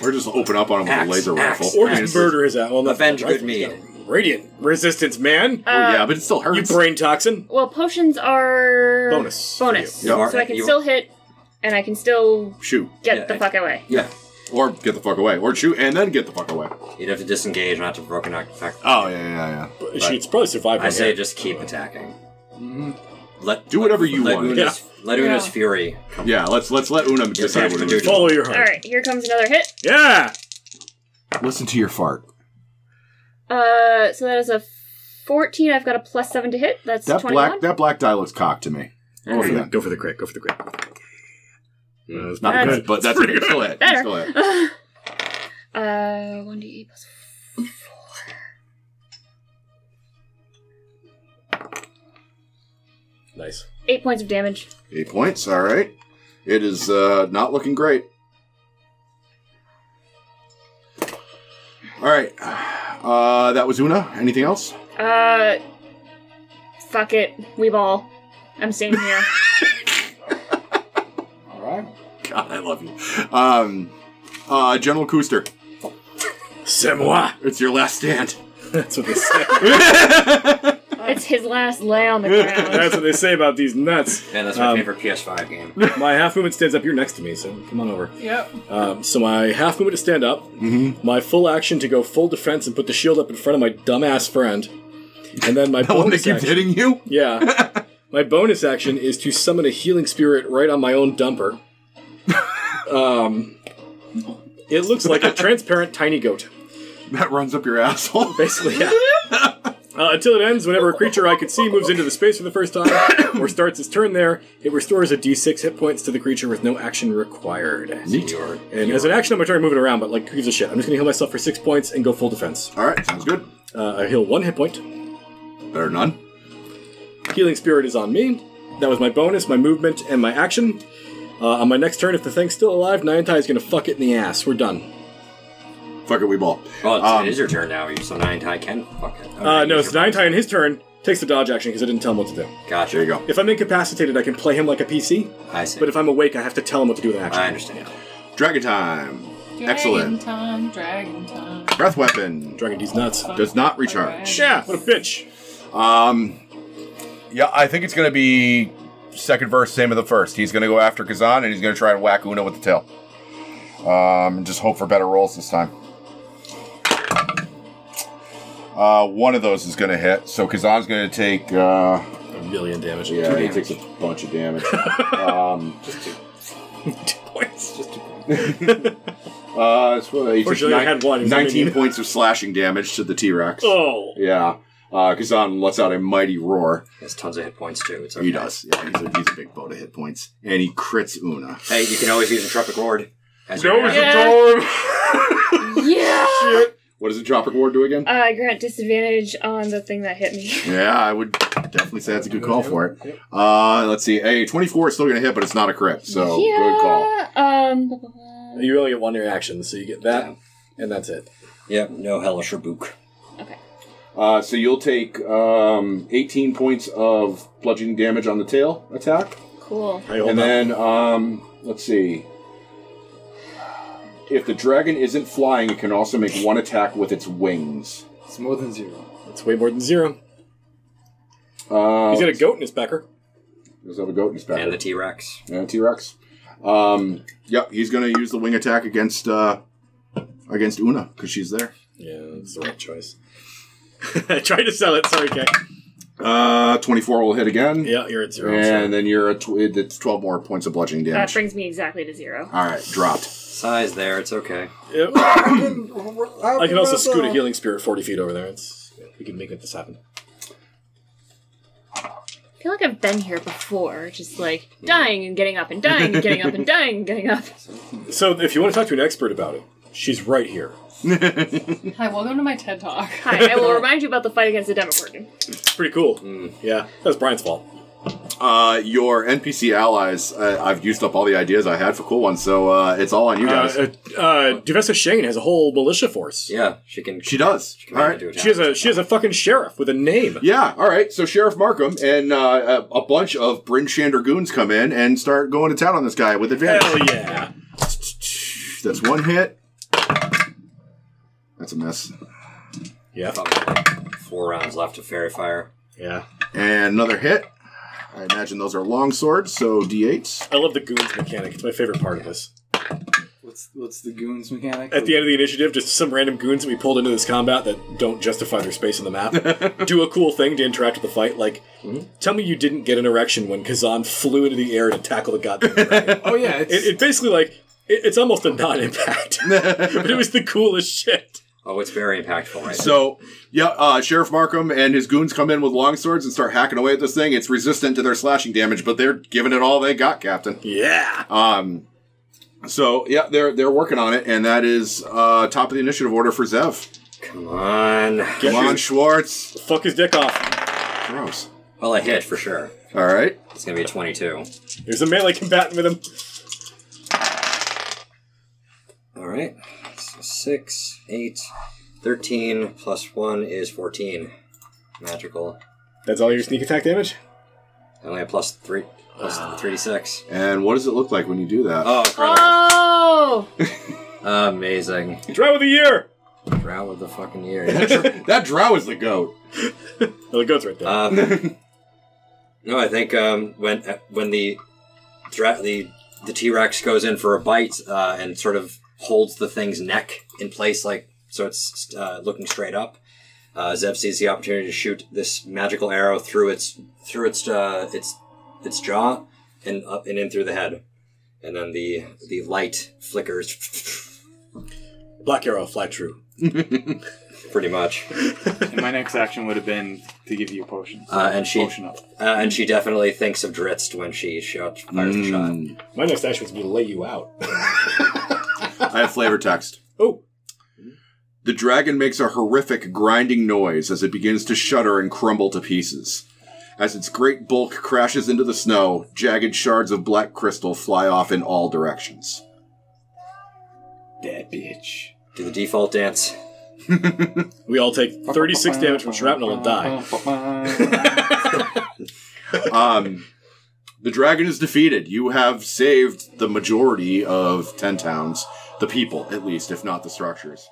B: Or just open up on him with
C: Axe,
B: a laser
C: axe,
B: rifle.
A: or
C: Nice.
A: just murder his ass. Well, not
C: Avenge
A: rifle,
C: good
A: he's
C: mead.
A: got Radiant resistance, man.
B: Oh, yeah, but it still
A: you
B: hurts.
A: brain toxin.
E: Well, potions are
A: Bonus for
E: Bonus.
B: you. Yep.
E: So I can
C: You-
E: still hit, and I can still
B: Shoot.
E: get
C: Yeah,
E: the
C: I-
E: fuck away.
C: Yeah.
B: Or get the fuck away. Or shoot and then get the fuck away.
C: You'd have to disengage, not to broken artifact.
B: Oh, yeah, yeah, yeah.
A: She's probably surviving.
C: I say just keep attacking. Let
B: Mm-hmm. Do whatever you
C: let
B: want.
C: Una's, Let Una's
D: Yeah.
C: fury come.
B: Yeah, let's let's let Una decide
C: yeah,
B: what
C: dude.
B: to do.
A: follow your heart.
E: All right, here comes another hit.
A: Yeah.
B: Listen to your fart.
E: Uh, so that is a fourteen. I've got a plus seven to hit. That's
B: That
E: twenty-one.
B: black that black die looks cocked to me.
A: Go for,
B: Yeah.
A: the, go for the crit. Go for the crit. No, it's
B: Not
E: That's-
B: good, but that's pretty good. Still it.
E: Better.
B: Still it.
E: *laughs* uh, one d eight plus
A: Nice.
E: eight points of damage.
B: Eight points. All right. It is uh, not looking great. All right. Uh, that was Una. Anything else?
E: Uh, fuck it, we ball. I'm staying
A: *laughs*
E: here.
F: All right.
B: God, I love you. Um, uh, General Cooster,
A: C'est moi. *laughs*
B: Ah, it's your last stand.
A: That's what they say.
E: it's his last lay
A: *laughs*
E: on the ground.
A: That's what they say about these nuts.
C: Man, that's my
A: Um,
C: favorite PS5 game.
A: My half movement stands up. You're next to me, so come on over.
D: Yep.
A: Um, so my half movement to stand up,
B: Mm-hmm.
A: my full action to go full defense and put the shield up in front of my dumbass friend, and then my
B: The one *laughs* that
A: bonus
B: keeps
A: action.
B: hitting you. *laughs*
A: Yeah, my bonus action is to summon a healing spirit right on my own
B: *laughs*
A: dumper. um, it looks like a
B: *laughs*
A: transparent tiny goat,
B: That runs up your asshole. *laughs*
A: basically. Yeah. *laughs* Uh, until it ends, whenever a creature I could see moves into the space for the first time *coughs* or starts its turn there, it restores a d6 hit points to the creature with no action required.
B: Neat.
C: You're,
A: And as an action, I'm gonna try moving around, but like, who gives a shit? I'm just gonna heal myself for six points and go full defense.
B: All right, sounds good.
A: Uh, I heal one hit point.
B: Better than none.
A: Healing Spirit is on me. That was my bonus, my movement, and my action. Uh, on my next turn, if the thing's still alive, Niantai is gonna fuck it in the ass. We're done.
B: Fuck it, we ball.
C: well, Oh, it's,
B: Um,
C: it is your turn now. You so nine tie can fuck it.
A: Uh, no, it's Uh, Niantai on his turn. Takes the dodge action because I didn't tell him what to do.
C: Gotcha.
B: There you go.
A: If I'm incapacitated, I can play him like a PC.
C: I see.
A: But if I'm awake, I have to tell him what to do with an action.
C: I understand.
B: Dragon time.
D: Dragon
B: Excellent.
D: time, dragon time.
B: Breath weapon
A: Dragon D's nuts.
B: does not recharge.
A: Yeah, what a bitch.
B: Um,
G: Yeah, I think it's going to be second verse, same as the first. He's going to go after Kazan and he's going to try and whack Una with the tail. Um, and just hope for better rolls this time. Uh, one of those is going to hit, so Kazan's going to take. Uh,
A: A million damage.
B: yeah, he takes a bunch of
G: *laughs*
B: damage. um,
A: Two points.
B: uh, it's what, he takes
A: Fortunately, I
B: nine-
A: had one. It was
B: 19
A: minion.
B: points of slashing damage to the T Rex.
A: Oh.
B: Yeah. Uh, Kazan lets out a mighty roar.
C: He has tons of hit points too. It's okay.
B: He does. Yeah, he's a, he's a big boat of hit points. And he crits Una.
C: Hey, you can always use a tropic lord. As
B: No,
C: your-
B: it's
E: Yeah. Yeah.
B: What does the Tropic Ward do again?
E: Uh, grant disadvantage on the thing that hit me.
B: Yeah, I would definitely say that's a good call for it. Uh, let's see. A 24 is still going to hit, but it's not a crit. So
E: yeah.
B: Oh, good call.
E: Um. blah, blah, blah.
A: *laughs* You only get one reaction, so you get that, and that's it.
C: Yep. No hellish rebuke.
B: Uh, so you'll take um, 18 points of bludgeoning damage on the tail attack.
E: Cool.
A: I hold
B: and
A: up.
B: then, um, let's see. If the dragon isn't flying, it can also make one attack with its wings.
F: It's more than zero.
A: It's way more than zero.
B: Uh,
A: He's got a goat in his backer.
B: does have a goat in his back.
C: And the T Rex.
B: Yeah, T Rex. Um, yep, he's gonna use the wing attack against uh, against Una because she's there.
A: Yeah, that's the right choice. *laughs* I tried to sell it. Sorry, Kay.
B: Uh, twenty four will hit again,
A: Yeah, you're at zero. sorry.
B: and then you're a tw- it's twelve more points of bludgeoning
E: That
B: damage.
E: brings me exactly to zero.
B: All right, dropped.
C: Size there. It's okay.
A: Yeah. I can also *laughs* scoot a healing spirit 40 feet over there. It's, we can make this happen.
E: I feel like I've been here before, just like dying and getting up and dying and getting up and dying and getting up.
A: So, if you want to talk to an expert about it, she's right here.
D: Hi, welcome to my TED Talk.
E: Hi, I will remind you about the fight against the Demogorgon.
A: It's pretty cool. Yeah, that was Brian's fault.
B: Uh, your NPC allies. Uh, I've used up all the ideas I had for cool ones, so uh, it's all on you guys.
A: Uh, uh, uh, Duvessa Shane has a whole militia force.
C: Yeah. She can.
B: she does.
C: She can
B: All right.
C: do it.
A: She has a she has a fucking sheriff with a name.
B: Yeah, all right. So Sheriff Markham and uh, a, a bunch of Bryn Shander goons come in and start going to town on this guy with advantage.
A: Hell yeah!
B: That's one hit. That's a miss.
A: Yeah,
C: Probably like four rounds left of fairy fire.
A: yeah.
B: And another hit. I imagine those are long swords, so d8s.
A: I love the goons mechanic. It's my favorite part of this.
F: What's what's the goons mechanic?
A: At the end of the initiative, just some random goons that we pulled into this combat that don't justify their space on the *laughs* map do a cool thing to interact with the fight. Like, tell me you didn't get an erection when Kazan flew into the air to tackle the goddamn *laughs* dragon.
F: Oh yeah, it's,
A: it, it basically like it, it's almost a *laughs* non-impact, but it was the coolest shit.
C: Oh, it's very impactful, right?
B: So, yeah, uh, Sheriff Markham and his goons come in with long swords and start hacking away at this thing. It's resistant to their slashing damage, but they're giving it all they got, Captain.
A: Yeah.
B: Um, so yeah, they're they're working on it, and that is uh, top of the initiative order for Zev.
C: Come on.
B: Come on, Schwartz.
A: Fuck his dick off.
B: Gross.
C: Well, I hit for sure.
B: All right.
C: It's gonna be a twenty-two.
A: There's a melee combatant with him.
C: All right. So six, eight, 13 plus one is fourteen. Magical.
A: That's all your sneak attack damage.
C: I only have plus three, plus three d six.
B: And what does it look like when you do that?
C: Oh, incredible!
E: Oh!
A: Ah.
C: Amazing.
A: Drow of the year.
C: Drow of the
A: *laughs*
C: fucking year.
B: *laughs* that drow is the goat.
A: Oh, the goat's right there.
C: Um, *laughs* no, I think um, when uh, when the dra- the the T Rex goes in for a bite uh, and sort of holds the thing's neck in place, like so it's uh, looking straight up. Uh, Zev sees the opportunity to shoot this magical arrow through its through its uh, its its jaw and up and in through the head, and then the the light flickers *laughs*
A: Black arrow, fly true.
C: pretty much.
F: And my next action would have been to give you a potion.
C: Uh, and she-
F: potion up.
C: Uh, and she definitely thinks of Dritz when she shot, fires the shot.
A: My next action was me to lay you out. *laughs*
B: I have flavor text.
A: oh,
B: The dragon makes a horrific grinding noise as it begins to shudder and crumble to pieces. As its great bulk crashes into the snow, jagged shards of black crystal fly off in all directions.
F: That bitch.
C: Do the default dance.
A: We all take 36 damage from shrapnel and die.
B: Um, the dragon is defeated. You have saved the majority of ten towns, the people at least, if not the structures.